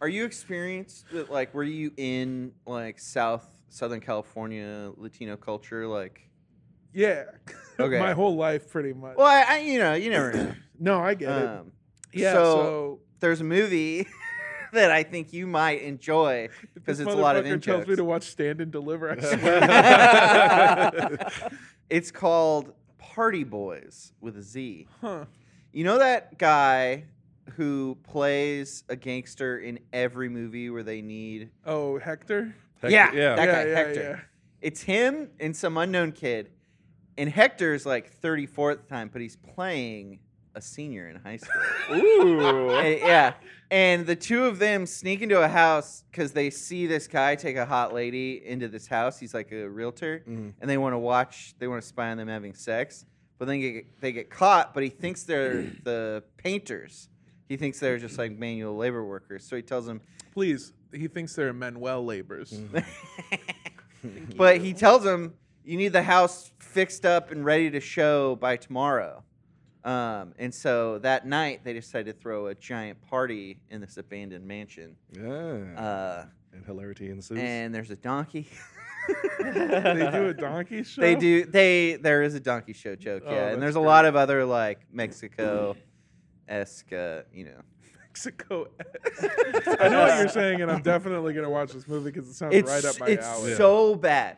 D: Are you experienced with like were you in like South Southern California Latino culture? Like
A: Yeah. [laughs]
D: Okay.
A: my whole life, pretty much.
D: Well, I, I you know, you never know.
A: No, I get it.
D: Um,
A: Yeah. So,
D: so- there's a movie [laughs] that I think you might enjoy because
A: this
D: it's a lot of
A: motherfucker tells me
D: in-jokes.
A: to watch Stand and Deliver.
D: [laughs]
A: I
B: [laughs]
A: swear.
D: it's called Party Boys with a Z.
A: Huh.
D: You know that guy who plays a gangster in every movie where they need
A: Oh, Hector.
B: Heck,
D: Yeah,
B: yeah.
D: that
A: yeah,
D: guy,
A: yeah,
D: Hector. It's him and some unknown kid. And Hector's like 34th time, but he's playing a senior in high school.
C: Ooh.
D: And- yeah. And the two of them sneak into a house because they see this guy take a hot lady into this house. He's like a realtor. And they want to watch, they want to spy on them having sex. But then get, they get caught, but he thinks they're the painters. He thinks they're just like manual labor workers. So he tells them,
A: Please. He thinks they're Manuel labors.
D: Mm. But he tells him, "You need the house fixed up and ready to show by tomorrow." Um, and so that night, they decide to throw a giant party in this abandoned mansion.
B: Yeah.
D: Uh,
B: and hilarity ensues.
D: and there's a donkey. [laughs]
A: they do a donkey show.
D: they do. They there is a donkey show joke,
A: Oh,
D: yeah.
A: that's
D: And there's a lot of other like Mexico esque, uh, you know. [laughs]
A: Mexico. I know what you're saying, and I'm definitely gonna watch this movie because it sounds
D: It's
A: right up my
D: it's
A: alley.
D: so bad.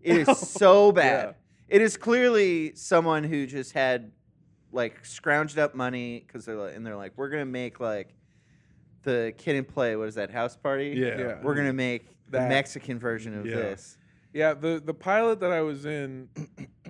D: It
A: [laughs]
D: is so bad. It is clearly someone who just had like scrounged up money because they're like, and they're like, we're gonna make like the kid and play. What is that house party?
B: yeah.
A: yeah.
D: we're gonna make the
A: That.
D: Mexican version of
B: Yeah.
D: this.
A: [laughs] Yeah, the the pilot that I was in.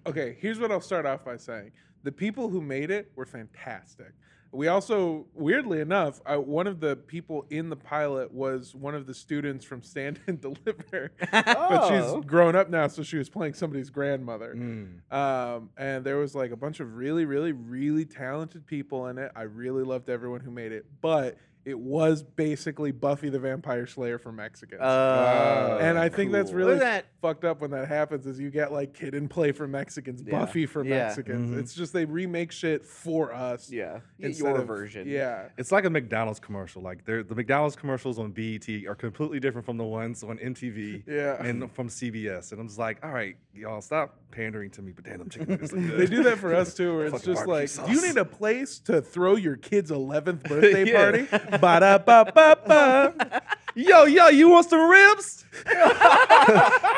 A: Okay, here's what I'll start off by saying: the people who made it were fantastic. We also, weirdly enough, I, one of the people in the pilot was one of the students from Stand [laughs] and Deliver, but
D: Oh.
A: she's grown up now, so she was playing somebody's grandmother.
B: Mm.
A: Um, and there was like a bunch of really, really, really talented people in it. I really loved everyone who made it, but it was basically Buffy the Vampire Slayer for Mexicans.
D: Oh,
A: and I think that's
D: cool.
A: really
D: Look at
A: fucked up when that happens. Is you get like Kid and Play for Mexicans,
C: Yeah.
A: Buffy for
D: Yeah.
A: Mexicans.
B: Mhm.
A: It's just they remake shit for us.
C: Yeah.
A: instead
C: Your
A: of-
C: version.
A: Yeah.
B: It's like a McDonald's commercial. Like they're- the McDonald's commercials on BET are completely different from the ones on MTV
A: Yeah.
B: and from CBS. And I'm just like, all right, y'all stop pandering to me. But damn, them chicken nuggets
D: [laughs]
B: look
A: They
B: good.
A: do that for us too,
B: [laughs]
A: where it's
B: Fucking
A: just like,
B: barbecue
A: do you
B: sauce.
A: need a place to throw your kid's
C: [laughs]
A: 11th birthday
D: [laughs]
B: Yeah.
A: party? ba da ba ba ba.
B: yo, yo, you want some ribs? [laughs]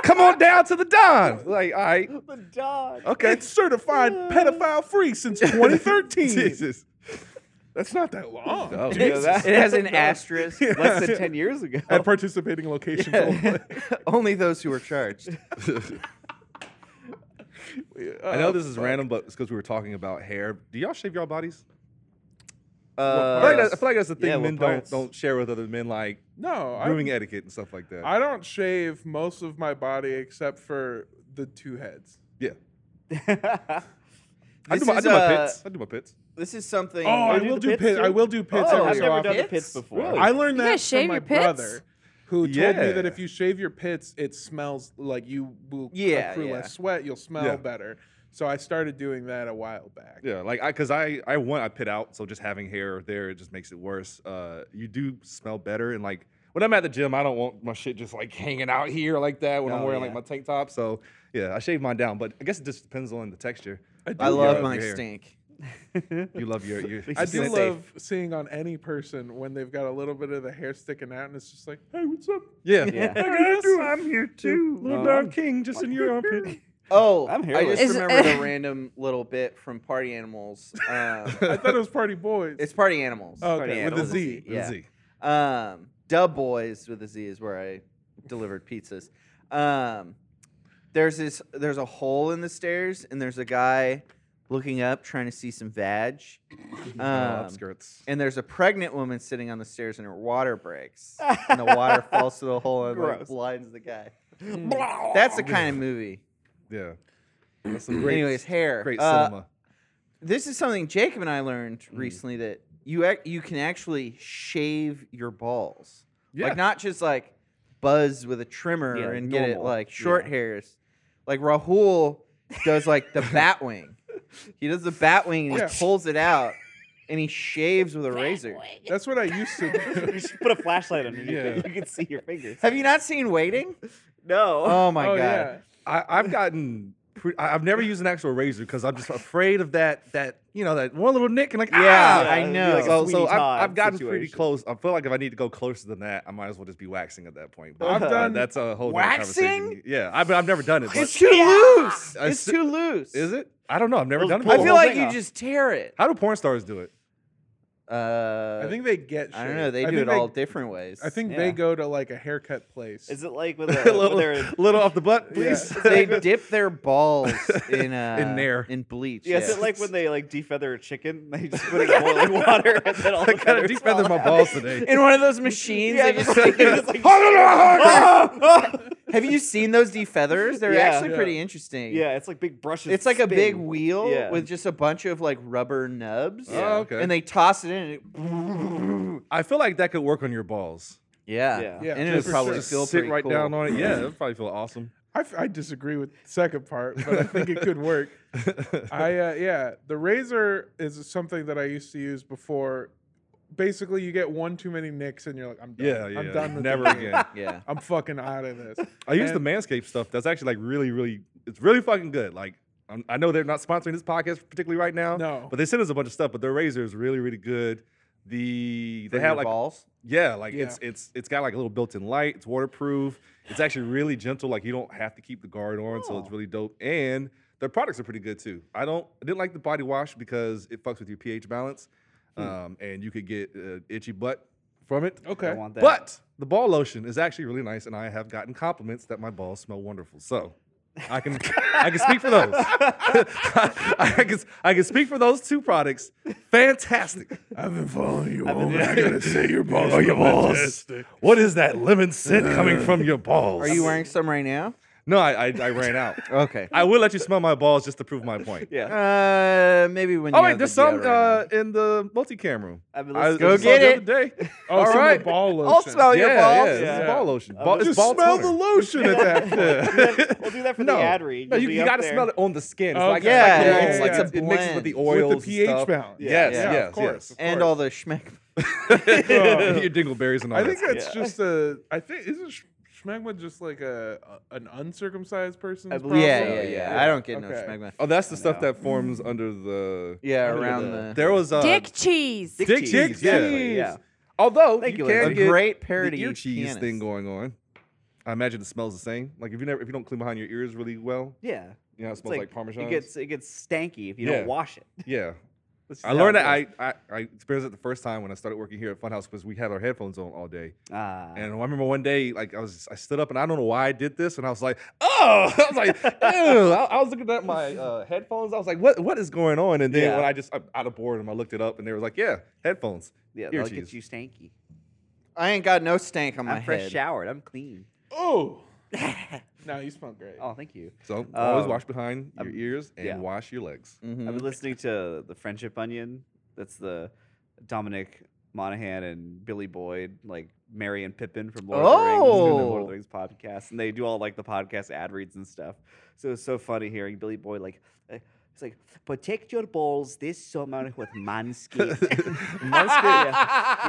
B: Come on down to the Don. Like, all right,
C: The dog.
B: okay.
D: [laughs]
A: It's certified pedophile free since 2013.
B: Jesus.
A: That's not that long.
B: Oh,
C: You
B: [laughs]
C: know
D: [laughs]
C: that?
D: it has
C: [laughs]
D: an asterisk.
C: Less than 10 years [laughs] ago.
A: At participating locations
D: [laughs] Uh,
A: only.
D: Only those who are
C: [laughs]
D: charged.
B: I
C: Uh,
B: know this is random, but it's because we were talking about hair. Do y'all shave y'all bodies? I, feel like
D: Uh,
B: that's, I feel like that's the thing
C: Yeah, what
B: men don't,
C: parts?
B: don't share with other men, like
A: No, I,
B: grooming etiquette and stuff like that.
A: I don't shave most of my body except for the two heads.
B: yeah. I
D: This
B: do, my, I
D: is,
B: do my
D: uh,
B: pits. I do my pits.
D: this is something.
A: Oh, I
C: do
A: will
C: the
A: do
C: pits
A: pits. I
C: too?
A: will do pits
C: oh,
A: every
C: I've
A: so
C: never
A: often.
C: done the
D: Pits?
C: pits before.
B: Really?
A: I learned
E: You
A: that
E: guys shave
A: from my
E: your pits?
A: brother, who told me that
B: Yeah.
A: if you shave your pits, it smells like you will
D: Yeah,
A: accrue
D: yeah.
A: less sweat, you'll smell
B: Yeah.
A: better. So I started doing that a while back.
B: Yeah, like I, cause I, I want I pit out, so just having hair there it just makes it worse. Uh, you do smell better, and like when I'm at the gym, I don't want my shit just like hanging out here like that when I'm
C: Oh,
B: wearing
C: yeah.
B: like my tank top. So yeah, I shave mine down, but I guess it just depends on the texture.
A: I do
D: I love
B: your
D: my
B: hair.
D: stink.
C: [laughs]
B: You love your, your
A: I do
B: your scent.
A: love seeing on any person when they've got a little bit of the hair sticking out, and it's just like, "Hey, what's up?"
B: Yeah, [laughs]
C: Yeah.
B: Look at us. [laughs]
C: I'm here too.
B: Little Don King just in your armpit.
D: Oh, i
C: I'm
D: just
C: hairless.
E: Is-
D: remembered
A: [laughs]
D: a random little bit from Party Animals. Um,
A: I thought it was Party Boys.
D: it's Party Animals.
A: Oh,
D: Party
A: okay, with
D: Animals.
A: a Z.
B: With a
D: Yeah.
B: Z.
D: Um, Dub Boys with a Z is where I delivered pizzas. Um, there's this. There's a hole in the stairs, and there's a guy looking up trying to see
B: [laughs]
D: some vag.
B: Uh,
D: Um,
B: upskirts.
D: and there's a pregnant woman sitting on the stairs, and her water breaks,
B: [laughs]
D: and the water falls to the hole and like,
C: Gross.
D: blinds the guy. That's the kind of movie.
B: Yeah. That's some great,
D: Anyways, hair.
B: great
D: Uh,
B: cinema.
D: This is something Jacob and I learned
A: Mm.
D: recently that you ac- you can actually shave your balls.
B: Yeah.
D: Like not just like buzz with a trimmer
C: Yeah, like
D: and get it
C: normal.
D: like short
C: Yeah.
D: hairs. Like Rahul does
A: [laughs]
D: like the bat wing. He does the bat wing and
A: Yeah.
D: he pulls it out and he shaves with a razor.
A: That's what I used
D: [laughs]
A: to. do.
C: [laughs]
D: Oh
C: you should put a flashlight underneath
B: Yeah.
C: it. You can see your fingers.
D: Have you not seen Waiting?
C: No. [laughs]
D: Oh
A: [laughs]
D: my
A: oh
D: god.
A: yeah,
B: I, I've gotten. Pre- I- I've never used an actual razor because I'm just afraid of that. That you know that one little nick and like
D: Yeah,
B: ah!
D: I
C: it'd be
D: know.
C: like a
B: So,
C: Sweeney
B: so I've,
C: Todd
B: I've gotten pretty
C: situation.
B: close. I feel like if I need to go closer than that, I might as well just be waxing at that point. But
A: I've
B: uh,
A: done
B: that's a whole nother
D: waxing?
B: conversation. Yeah, I, but I've never done it.
D: It's
B: But
D: too loose.
B: I
D: It's
B: s-
D: too loose.
B: is it? I don't know. I've never
C: Those
B: done it.
C: pull
D: I
B: Before.
D: feel
C: whole
D: like
C: thing
D: you
C: off.
D: just tear it.
B: How do porn stars do it?
D: Uh,
A: I think they get.
D: I don't
A: shaved.
D: know. They
A: I
D: do
A: think
D: it all different ways.
A: I think
C: Yeah.
A: they go to like a haircut place.
C: Is
B: [laughs]
C: it like with a,
B: a little,
C: with their-
B: little off the butt,
A: Yeah.
B: please. [laughs]
D: they dip their balls in uh,
B: In there.
D: in bleach.
C: Yeah, is it like when they like defeather a chicken? [laughs]
B: [laughs]
C: They just put it in boiling water and then all the
B: I gotta
C: feathers fall
B: defeather my
C: [laughs] out.
B: balls today.
D: [laughs] in one of those machines?
C: Yeah,
D: they
C: just
D: just
C: [laughs]
B: [laughs]
C: like, just like
D: have you seen those defeathers? They're
C: Yeah.
D: actually
A: Yeah.
D: pretty interesting.
C: [laughs] yeah, it's like big brushes.
D: It's like a big
C: spin.
D: wheel
C: Yeah.
D: with just a bunch of like rubber nubs.
B: Oh, okay.
D: And they toss it in. And it,
B: I feel like that could work on your balls.
D: yeah.
C: Yeah.
A: Yeah,
D: And it would
A: for
D: probably
A: sure.
B: Just
D: feel
B: sit
D: pretty
B: right
D: cool.
B: down on it. Yeah, that'd probably feel awesome. [laughs]
A: I, f- I disagree with the second part, but I think it could work. I uh, yeah, the razor is something that I used to use before. Basically, you get one too many nicks, and you're like, I'm done.
B: Yeah, yeah.
A: I'm done with
B: Never
A: the game.
B: again.
D: Yeah.
A: [laughs] I'm fucking out of this.
B: I use the
A: And-
B: Manscaped stuff. That's actually like really, really, it's really fucking good. Like, I'm, I know they're not sponsoring this podcast particularly right now.
A: No.
B: But they sent us a bunch of stuff. But their razor is really, really good. The they
D: For
B: have
D: your
B: like
D: balls.
B: yeah, like
A: Yeah.
B: it's it's it's got like a little built-in light. It's waterproof. It's actually really gentle. Like you don't have to keep the guard on, so it's
C: Oh.
B: really dope. And their products are pretty good too. I don't I didn't like the body wash because it fucks with your pH balance,
A: Hmm.
B: um, and you could get uh, itchy butt from it.
A: Okay.
C: I want that.
B: But the ball lotion is actually really nice, and I have gotten compliments that my balls smell wonderful. So I can I can speak for those. [laughs] I can I can speak for those two products. Fantastic.
A: I've been following you.
B: [laughs] been-
A: home. I gotta say your balls.
B: Oh, your
A: are
B: balls.
A: fantastic. Uh,
B: What is that lemon scent coming from your balls?
D: Are you wearing some right now?
B: No, I I, I ran out.
D: Okay.
B: I will let you smell my balls just to prove my point.
D: [laughs]
C: yeah,
D: Uh, maybe when.
B: All
D: you
B: right,
D: have
B: there's
D: the
B: some
D: deodorant
B: uh,
D: on.
B: in the multi-cam room.
C: I've been
B: I-
C: listening-
B: I
D: Go
B: saw
D: get
B: the
D: it.
B: other
D: [laughs]
B: day.
A: Oh,
B: All
A: some of the
B: right.
A: ball lotion.
D: I'll smell
B: yeah,
D: your balls.
B: Yeah, yeah.
A: Yeah.
B: ball lotion.
C: I'm
B: Ball, it's
A: Just
B: ball
A: Uh, smell
B: toner.
A: the lotion at that
B: [laughs]
A: point.
C: We'll do that- [laughs] we'll do that for the ad read.
B: No,
C: You'll
B: you,
C: be
B: you
C: up
B: gotta
C: there.
B: smell it on the skin. It's
A: Oh,
B: like,
D: yeah,
B: it's like,
D: yeah,
B: it's
D: yeah,
B: like
D: yeah.
B: it- it mixes with the
A: With the
B: oils. and
A: pH
B: stuff.
A: balance.
B: Yes,
A: Yeah, of
B: yes,
A: course.
B: yes.
A: [laughs]
D: and
A: course.
D: all the schmeck.
A: Oh.
B: Your dingle berries and all
A: I think
B: that.
A: that's
C: Yeah.
A: just a. I think isn't sh- schmegma just like a, a an uncircumcised person's
C: I
A: problem?
C: believe
D: Yeah,
C: so,
D: yeah, yeah, I don't get no
A: Oh, Okay.
D: schmegma.
B: Oh, that's the stuff
C: know.
B: that forms under the.
D: Yeah,
B: under
D: around the-
B: There was uh,
E: Dick cheese.
B: Dick, cheese.
A: Dick
B: yeah.
A: cheese.
C: yeah.
B: Although
C: Thank
B: you
C: you,
B: can
C: Lindsay.
D: a
B: get
D: great
B: the
D: parody
B: ear
D: of
B: cheese
D: pianist.
B: thing going on. I imagine it smells the same. Like if you never, if you don't clean behind your ears really well,
C: yeah.
B: you know, it
C: It's
B: smells like,
C: It
B: parmesan.
C: gets it gets stanky if you
B: Yeah.
C: don't wash it. [laughs]
B: yeah.
C: That's
B: I
C: just how
B: learned
C: it
B: that I, I I experienced it the first time when I started working here at Funhouse because we had our headphones on all day.
C: goes. Ah.
B: And I remember one day, like I was, I stood up and I don't know why I did this, and I was like, oh, [laughs] I was
C: [laughs]
B: like, ew. I, I was looking at my uh, headphones. I was like, what, what is going on? And then
C: Yeah.
B: when I just I, out of boredom, I looked it up, and they was like, yeah, headphones.
C: yeah,
B: ear
C: that'll
B: cheese.
C: get you stanky.
D: I ain't got no stank on my
C: I'm fresh
D: head.
C: showered. I'm clean.
A: Oh. no, you smell great.
C: Oh, thank you.
B: So always
C: Um,
B: wash behind your
C: um,
B: ears and
C: yeah. Mm,
B: wash your legs.
D: Mhm. [laughs]
C: I've been listening to the Friendship Onion. That's the Dominic Monaghan and Billy Boyd like Mary and Pippin from Lord of the Rings doing the Lord
D: Oh.
C: of the Rings podcast, and they do all like the podcast ad reads and stuff. So it's so funny hearing Billy Boy like. uh, It's like protect your balls this summer with Manscaped.
B: Manscaped.
C: yeah,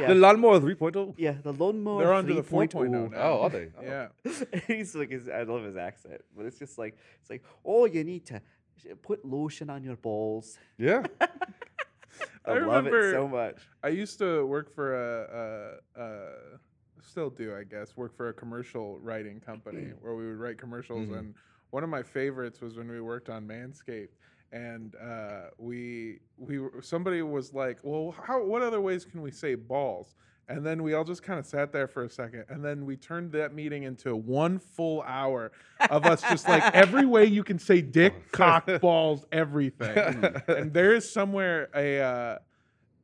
B: The
C: [laughs] yeah,
B: lawnmower 3.0.
C: yeah, the lawnmower.
A: They're onto the 4.0
C: 3.0.
A: now.
B: Oh, are they?
A: Yeah.
C: [laughs] he's like, his, I love his accent, but it's just like, it's like, oh, you need to sh- put lotion on your balls.
B: Yeah.
C: I,
A: I
C: love it so
A: remember-
C: much.
A: I used to work for a, a, a still do I guess work for a commercial writing company where we would write commercials
B: Mhm.
A: and one of my favorites was when we worked on Manscaped and uh, we we were- somebody was like, well, how what other ways can we say balls? And then we all just kind of sat there for a second, and then we turned that meeting into one full hour of us just like every way you can say dick, cock, balls, everything. and there is somewhere a uh,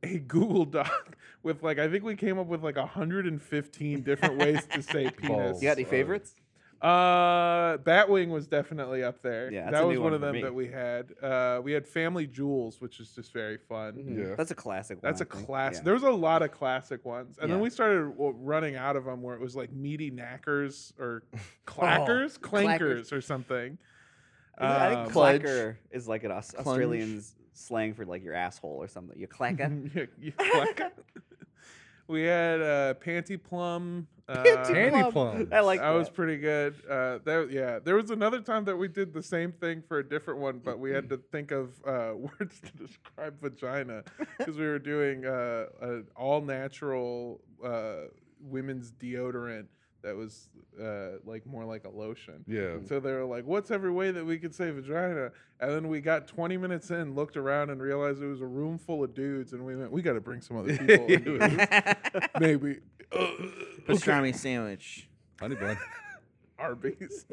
A: a Google Doc [laughs] with like I think we came up with like 115 different ways to say penis.
B: Balls.
C: You got any
B: Uh,
C: favorites?
A: Uh, Batwing was definitely up there.
C: Yeah, that's a
A: that was
C: new
A: one
C: one
A: of
C: for
A: them
C: me.
A: that we had. Uh, we had Family Jewels, which is just very fun.
B: Yeah.
C: Mm, That's a Mm-hmm. classic one.
A: That's a
C: I think.
A: class.
C: Yeah.
A: There was a lot of classic ones, and
C: Yeah.
A: then we started w- running out of them where it was like meaty knackers
C: [laughs]
A: or
C: Oh,
A: clackers, clankers, or something.
C: I think
A: Um,
D: clutch.
C: clacker is like an Aus-
D: Clunge.
C: Australian s- slang for like your asshole or
D: [laughs]
C: something. You clacker.
A: Yeah, [laughs] yeah,
C: [laughs]
A: clacker. we had uh, Panty Plum. Uh,
B: Candy plum.
C: I like
A: that
C: that.
A: was pretty good. Uh, that yeah. There was another time that we did the same thing for a different one, but we had
C: [clears throat]
A: to think of uh, [laughs] words to describe vagina because we were doing uh, an all natural uh, women's deodorant that was uh, like more like a lotion.
B: Yeah.
C: Mm.
A: So they were like, "What's every way that we could say vagina?" And then we got 20 minutes in, looked around, and realized it was a room full of dudes, and we went, "We got to bring some other people into this. Maybe uh,
D: Pastrami sandwich.
B: Honey
C: [laughs]
B: bun.
A: [laughs] Arby's."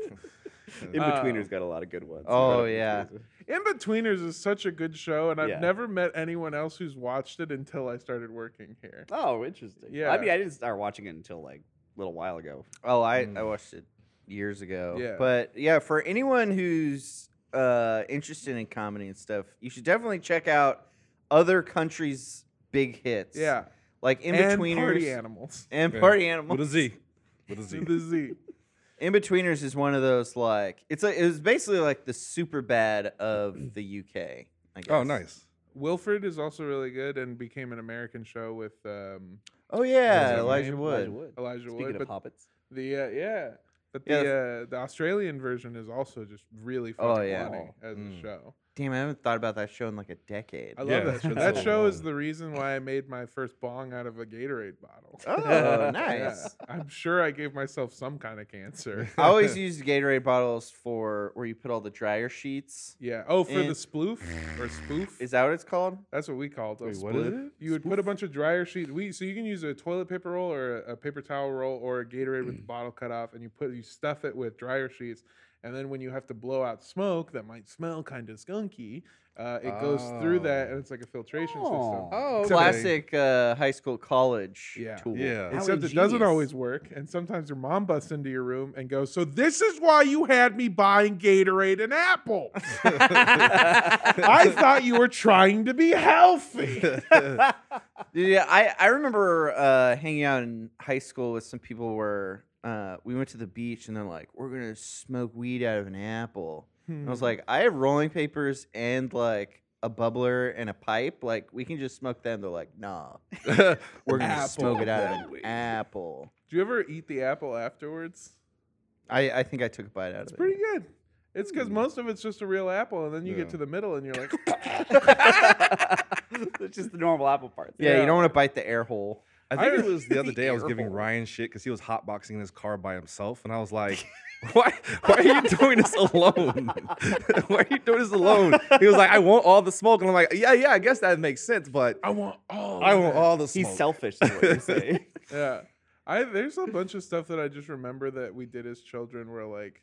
A: Oh.
C: In betweeners got a lot of good ones.
D: Mm-hmm. Oh,
C: Incredible
D: yeah.
C: Inbetweeners.
A: In Betweeners is such a good show, and I've
C: Yeah.
A: never met anyone else who's watched it until I started working here.
C: Oh, interesting. Yeah. I
A: Yeah.
C: mean, I didn't start watching it until like a little while ago.
D: Oh, I, I
B: Mm.
D: watched it years ago.
A: Yeah.
D: But yeah, for anyone who's uh, interested in comedy and stuff, you should definitely check out other countries' big hits.
A: Yeah,
D: Like In
A: and party
D: Betweeners
A: animals.
D: and
B: Yeah.
D: Party Animal.
B: With a Z. With a Z.
A: To the Z.
D: In Betweeners is one of those like it's like it was basically like the super bad of the UK. I guess.
B: Oh, nice.
A: Wilfred is also really good and became an American show with um,
D: Oh yeah,
A: his
D: Elijah
A: name?
D: Wood.
C: Elijah Wood.
A: Elijah
C: Speaking
A: Wood. But
C: of hobbits.
A: the uh, yeah, but
D: Yeah,
A: the uh, the Australian version is also just really
D: Oh,
A: fucking
D: yeah.
A: funny as
B: Mm.
A: a show.
D: Damn, I haven't thought about that show in like a decade.
A: I love
B: Yeah,
A: that show.
B: that's
A: That
B: so
A: show is
B: long.
A: the reason why I made my first bong out of a Gatorade bottle.
D: Oh,
A: Yeah.
D: nice.
A: I'm sure I gave myself some kind of cancer.
D: I always used Gatorade bottles for where you put all the dryer sheets.
A: Yeah. Oh, for
D: And-
A: the sploof or spoof.
D: Is that what it's called?
A: That's what we called them.
B: Wait, what is
A: Sploof. You would put a bunch of dryer sheets. We so you can use a toilet paper roll or a, a paper towel roll or a Gatorade with the bottle cut off, and you put you stuff it with dryer sheets, and then when you have to blow out smoke that might smell kind of skunky, uh, it goes through that,
B: Oh.
A: and it's like a filtration
C: Oh.
A: system.
B: Oh,
D: Classic uh, high school, college
A: Yeah. [laughs]
D: tool.
B: Yeah.
C: How
A: Except it doesn't
C: ingenious.
A: always work, and sometimes your mom busts into your room and goes, "So this is why you had me buying Gatorade and Apple." I thought you were trying to be
B: [laughs]
A: healthy.
D: [laughs] Yeah, I, I remember uh, hanging out in high school with some people where uh, we went to the beach and they're like, we're going to smoke weed out of an apple. And I
A: Mm-hmm.
D: was like, I have rolling papers and like a bubbler and a pipe. Like, we can just smoke them. They're like, nah,
B: [laughs]
D: we're going to
A: Apple.
D: smoke it out of an apple.
A: Do you ever eat the apple afterwards?
D: I, I think I took a bite out
A: It's
D: of it.
A: pretty good. It's because most of it's just a real apple, and then you
B: Yeah.
A: get to the middle, and you're like,
C: it's [laughs] just the normal apple parts.
D: Yeah, you
A: Yeah.
D: don't want to bite the air hole.
B: I think
A: I-
B: it was the other day I was giving Ryan shit because he was hotboxing in his car by himself, and I was like, [laughs] "Why? Why are you doing this alone? [laughs] why are you doing this alone?" He was like, "I want all the smoke," and I'm like, "Yeah, yeah, I guess that makes sense, but
A: [laughs] I want all.
B: I
A: of
B: want
A: that."
B: all the smoke."
C: He's selfish, is
D: [laughs]
C: what you're saying.
A: Yeah, I there's a bunch of stuff that I just remember that we did as children, where like,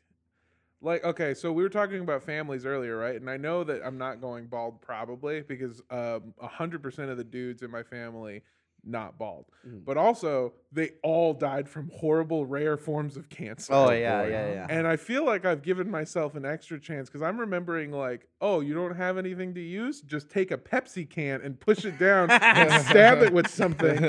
A: like okay, so we were talking about families earlier, right? And I know that I'm not going bald probably because um hundred percent of the dudes in my family not bald. But also, they all died from horrible, rare forms of cancer.
D: Oh, yeah, yeah, yeah.
A: And I feel like I've given myself an extra chance because I'm remembering, like, oh, you don't have anything to use? Just take a Pepsi can and push it down and stab it with
B: [laughs]
A: something.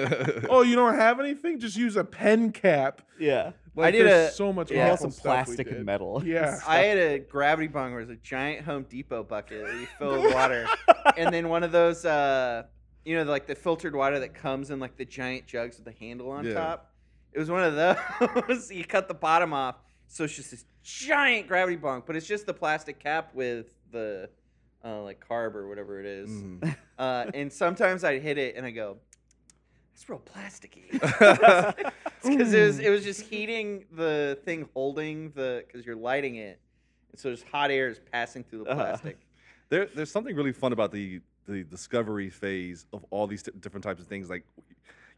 A: Oh, you don't have anything? Just use a pen cap.
C: Yeah.
A: Like,
D: did
A: there's
D: a-
A: so much
D: yeah.
A: awful
C: Some
A: stuff we
C: plastic and
A: did. [laughs]
C: metal. [laughs]
A: Yeah.
D: I had a gravity bong where it was a giant Home Depot bucket that you fill with water, and then one of those, uh, you know, like the filtered water that comes in like the giant jugs with the handle on
B: Yeah.
D: top. It was one of those. [laughs] you cut the bottom off, so it's just this giant gravity bong, but it's just the plastic cap with the uh, like carb or whatever it is.
B: Mhm.
D: [laughs] Uh, and sometimes I'd hit it and I go, "That's real plasticky." because it was it was just heating the thing holding the because you're lighting it, and so just hot air is passing through the
C: Uh-huh.
D: plastic.
B: there, there's something really fun about the the discovery phase of all these t- different types of things. Like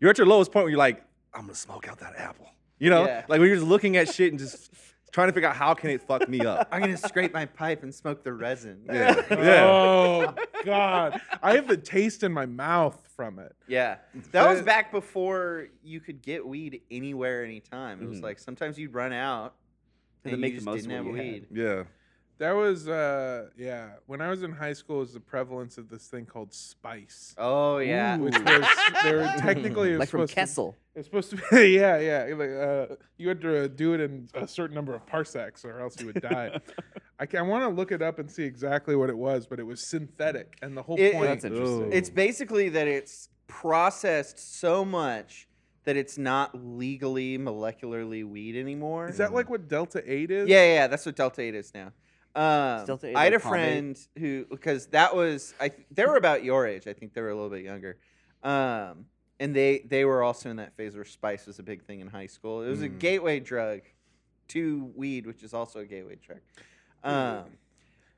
B: you're at your lowest point where you're like, I'm gonna smoke out that apple. You know,
D: Yeah.
B: like when you're just looking at shit and just trying to figure out how can it fuck me up.
D: I'm gonna scrape my pipe and smoke the [laughs] resin.
B: Yeah, yeah.
A: Oh God! I have the taste in my mouth from it.
D: yeah. That was
A: That-
D: back before you could get weed anywhere, anytime. It was
C: Mhm.
D: like sometimes you'd run out, and,
C: And then
D: you
C: make the
D: just
C: most
D: didn't
C: of
D: have
C: what you had.
A: [laughs]
D: weed.
B: yeah.
A: That was, uh, yeah. When I was in high school, it was the prevalence of this thing called spice,
D: Oh yeah.
A: which was they were technically it was
C: Like from
A: supposed to-
C: Kessel. [laughs]
A: It's supposed to be, [laughs] yeah, yeah. Like, uh, you had to uh, do it in a certain number of parsecs, or else you would die. I, ca- I want to look it up and see exactly what it was, but it was synthetic, and the whole
D: It-
A: point.
C: That's interesting.
B: Ooh.
D: It's basically that it's processed so much that it's not legally molecularly weed anymore.
A: is that like what Delta Eight is?
D: Yeah, yeah, yeah, that's what Delta Eight is now. Um,
C: Delta Eight
D: I had a
C: like Palm Eight?
D: friend who, because that was, I th- they were about your age. I think they were a little bit younger, um, and they they were also in that phase where spice was a big thing in high school. It was a
B: Mm.
D: gateway drug to weed, which is also a gateway drug. Um,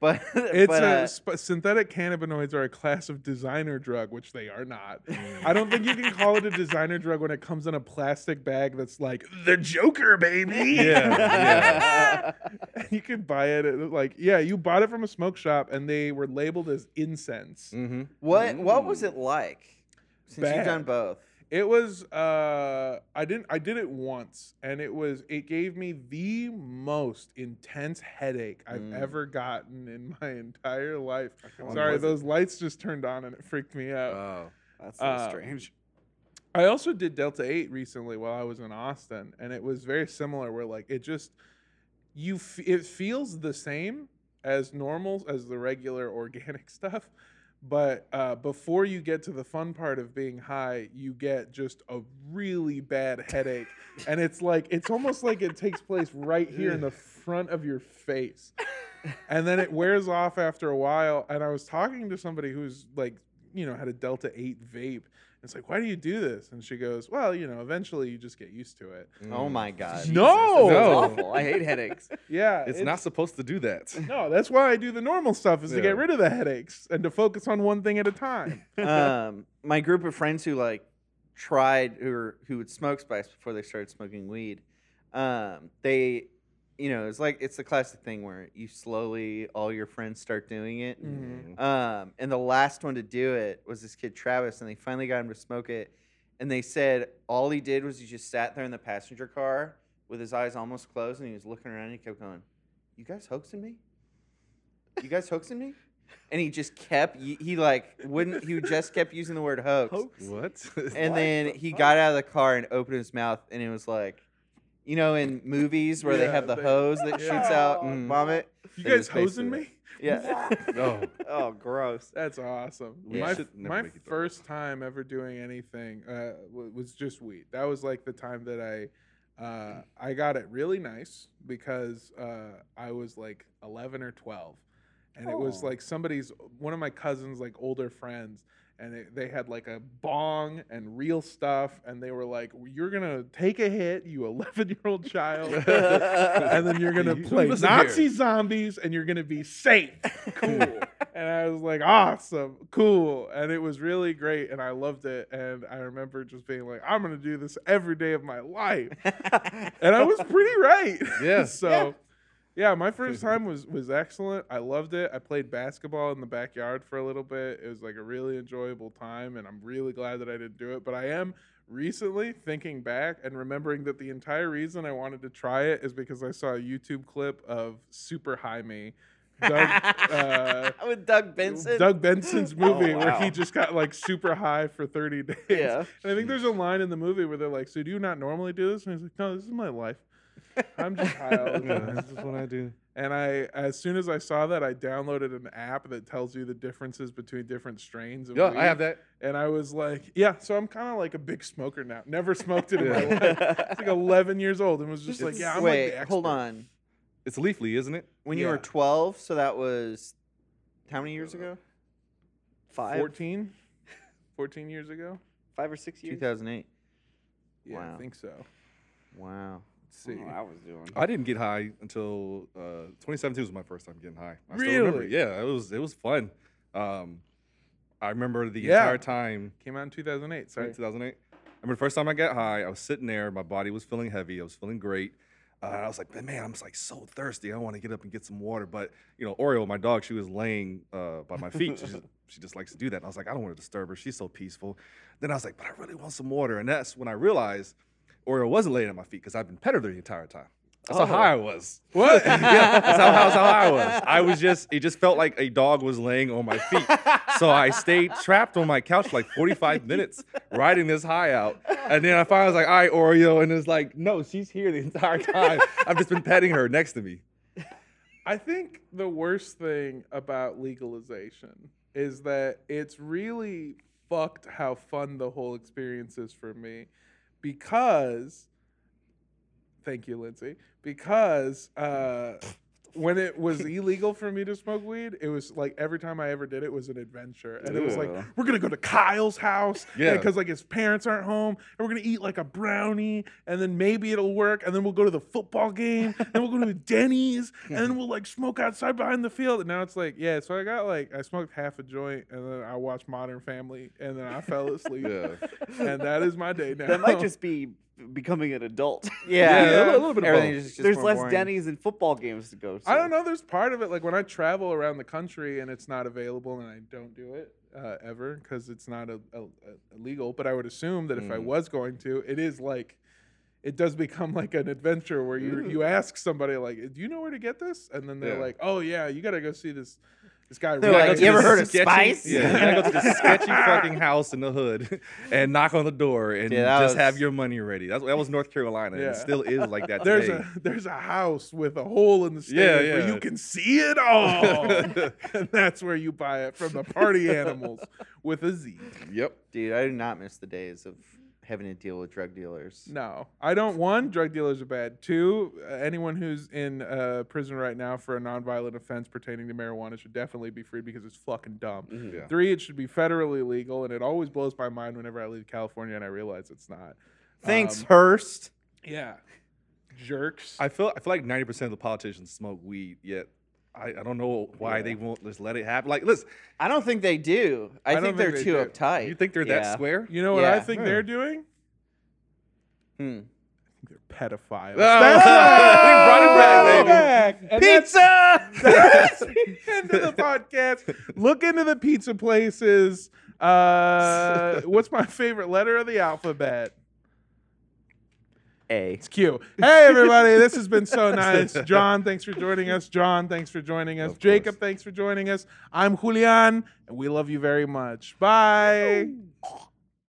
D: but [laughs]
A: It's
D: but,
A: a
D: uh,
A: sp- synthetic cannabinoids are a class of designer drug, which they are not. I don't think you can call it a designer drug when it comes in a plastic bag that's like the Joker, baby.
B: Yeah,
A: [laughs] you can buy it at, like yeah, you bought it from a smoke shop, and they were labeled as incense.
B: hmm
D: what what was it like? Since you've done
A: Bad.
D: both,
A: It was uh I didn't I did it once and it was it gave me the most intense headache I've
D: Mm.
A: ever gotten in my [laughs] entire life.
B: wonder
A: Sorry,
B: was it-
A: those lights just turned on and it freaked me out.
B: Oh.
C: That's
A: so Uh,
C: strange.
A: I also did Delta 8 recently while I was in Austin, and it was very similar. Where like it just you f- it feels the same as normal as the regular [laughs] organic stuff, but uh, before you get to the fun part of being high, you get just a really bad headache, and it's like it's almost like it takes place right here in the front of your face and then it wears off after a while. And I was talking to somebody who's like, you know, had a Delta 8 vape. It's like, why do you do this? And she goes, well, you know, eventually you just get used to it.
D: oh my god!
A: No!
B: No.
C: awful. I hate headaches.
A: Yeah.
B: Mm. It's, not supposed to do that.
A: [laughs] No, that's why I do the normal stuff is to
B: Yeah.
A: get rid of the headaches and to focus on one thing at a time.
D: um, my group of friends who like tried who were, who would smoke spice before they started smoking weed, um, they, you know, it's like it's the classic thing where you slowly all your friends start doing it.
B: Mm-hmm.
A: Mhm.
D: Um, and the last one to do it was this kid Travis, and they finally got him to smoke it. And they said all he did was he just sat there in the passenger car with his eyes almost closed, and he was looking around. and He kept going, "You guys hoaxing me? You guys hoaxing me?" And he just kept he, he like wouldn't he just kept using the word hoax.
B: What?
D: And then he got out of the car and opened his mouth, and it was like, you know, in movies where they
A: Yeah,
D: have the
A: they-
D: hose that shoots out
C: Yeah.
D: and vomit.
A: You
D: It
A: guys
D: was basically
A: hosing me?
D: [laughs] Yeah.
B: [laughs] oh.
D: oh, gross.
A: That's awesome.
B: We
A: my
B: should never
A: my
B: make it that
A: first time ever doing anything uh, w- was just weed. That was like the time that I uh, I got it really nice because uh, I was like 11 or 12, and it was
C: Oh.
A: like somebody's one of my cousins, like older friends. And it, they had like a bong and real stuff, and they were like, "You're gonna take a hit, you [laughs] 11 year old child, [laughs]
B: [laughs]
C: [laughs]
A: and then you're gonna
B: You-
A: play
B: listen
A: Nazi
B: here.
A: zombies, and you're gonna be safe.
B: [laughs]
A: Cool. and I was like, awesome, cool, and it was really great, and I loved it. And I remember just being like, I'm gonna do [laughs] this every day of my life, and I was pretty right.
B: Yeah.
A: so. Yeah. Yeah, my first time was was excellent. I loved it. I played basketball in the backyard for a little bit. It was like a really enjoyable time, and I'm really glad that I didn't do it. But I am recently thinking back and remembering that the entire reason I wanted to try it is because I saw a YouTube clip of Super High Me.
D: [laughs]
A: Doug, uh,
D: [laughs] With Doug Benson. Oh,
A: Doug Benson's movie where he
D: wow.
A: just got like super high for 30 days.
D: Yeah.
A: And I think there's a line in the movie where they're like, So do you not normally do this? And he's like, No, this is my life. I'm
B: [laughs]
A: just high all the time.
B: this is what I do.
A: And I, as soon as I saw that, I downloaded an app that tells you the differences between different strains. Of
B: Yeah,
A: weed.
B: I have that.
A: And I was like, yeah. So I'm kind of like a big smoker now. Never smoked
B: [laughs]
A: it in my life. I was like 11 years old and was just like, yeah, I'm
D: Wait,
A: like the expert.
D: hold on.
B: It's Leafly, isn't it?
D: When you were
A: Yeah.
D: 12, so that was how many years ago? Five,
A: 14? 14 years ago?
C: Five or six years.
D: 2008.
A: Yeah, I
D: Wow.
A: think
B: Oh,
A: so.
D: Wow.
A: Let's see.
C: I was doing.
B: I didn't get high until uh, 2017 was my first time getting high. I Still remember.
A: Really?
B: it. Yeah, it was it was fun. Um, I remember the
A: Yeah.
B: entire time.
A: Came out in 2008. Sorry.
B: 2008. I remember the first time I got high. I was sitting there. My body was feeling heavy. I was feeling great. Uh, and I was like, man, I'm just like so thirsty. I want to get up and get some water. But you know, Oreo, my dog, she was laying uh, by my feet. She just, she just likes to do that. And I was like, I don't want to disturb her. She's so peaceful. Then I was like, but I really want some water. And that's when I realized Oreo wasn't laying at my feet because I've been petted her the entire time. That's how high I was.
A: What?
B: Yeah, that's how, that's how high I was. I was just, it just felt like a dog was laying on my feet. So I stayed trapped on my couch for like 45 minutes, riding this high out. And then I finally was like, all right, Oreo. And it's like, no, she's here the entire time. I've just been petting her next to me.
A: I think the worst thing about legalization is that it's really fucked how fun the whole experience is for me because thank you Lindsay because uh when it was illegal for me to smoke weed it was like every time I ever did it was an adventure and it was like
C: Ew.
A: we're going to go to Kyle's house
B: Yeah.
A: because like his parents aren't home and we're gonna eat like a brownie and then maybe it'll work and then we'll go to the football game and we'll go to denny's and then
D: Mm-hmm.
A: we'll like smoke outside behind the field and now it's like yeah so i got like i smoked half a joint and then i watched modern family and then i fell asleep
B: Yeah.
A: and that is my
D: [laughs]
A: day now [laughs]
C: That might just be becoming an adult.
D: Yeah.
A: Yeah, a
C: [laughs]
A: little- a
B: little bit of
D: Everything
B: both.
D: is just, just
C: There's
D: more
C: less
D: boring.
C: Denny's and football games to go to.
A: I don't know. There's part of it like when I travel around the country and it's not available, and I don't do it uh, ever because it's not a, a, a- illegal. But I would assume that if I
D: Mm-hmm.
B: Mm.
A: was going to, it is like it does become like an adventure where you
D: Mm-hmm.
A: you ask somebody like, "Do you know where to get this?" And then they're
B: Yeah.
A: like, "Oh yeah, you gotta go see this this guy."
D: They're
A: Rick."
B: gotta
D: like,
B: go
D: "You
B: to
D: ever
B: the
D: heard of
B: sketchy-
D: Spice?"
B: Yeah, you gotta go to the sketchy fucking house in the hood and knock on the door and
D: Yeah, that
B: just have
D: was-
B: your money ready. That's, that was North Carolina. And
A: Yeah.
B: it still is like
A: [laughs]
B: that
A: there's
B: today.
A: a there's a house with a hole in the stairs
B: Yeah,
A: where
B: yeah.
A: you can see it
B: [laughs]
A: all, and that's where you buy it from the party animals with a Z.
B: yep.
D: Dude, I do not miss the days of having to deal with drug dealers.
A: No, I don't. One, drug dealers are bad. Two, uh, anyone who's in uh, prison right now for a nonviolent offense pertaining to marijuana should definitely be freed because it's fucking dumb.
B: Mm-hmm. Yeah.
A: Three, it should be federally legal, and it always blows my mind whenever I leave California and I realize it's not.
D: Thanks,
A: Um,
D: Hearst.
A: yeah, jerks.
B: I feel I feel like ninety percent of the politicians smoke weed, yet I, I don't know why they won't just let it happen. Like, listen,
D: I don't think they do. I,
A: I
D: think
A: don't
D: they're
A: think
D: too
A: they do.
D: uptight.
B: you think they're that
D: Yeah.
B: square?
A: you know what I
D: Yeah.
A: think
B: Yeah.
A: they're doing?
D: Hmm.
A: I think They're pedophiles.
B: Oh, we brought it back,
A: back, baby.
B: [laughs]
D: Pizza!
A: That's the end of the podcast. Look into the pizza places. Uh, what's my favorite letter of the alphabet?
C: A.
A: It's Q. Hey, everybody. This has been so nice. John, thanks for joining us. John, thanks for joining us.
B: Of course.
A: Jacob, thanks for joining us. I'm Julian, and we love you very much. Bye.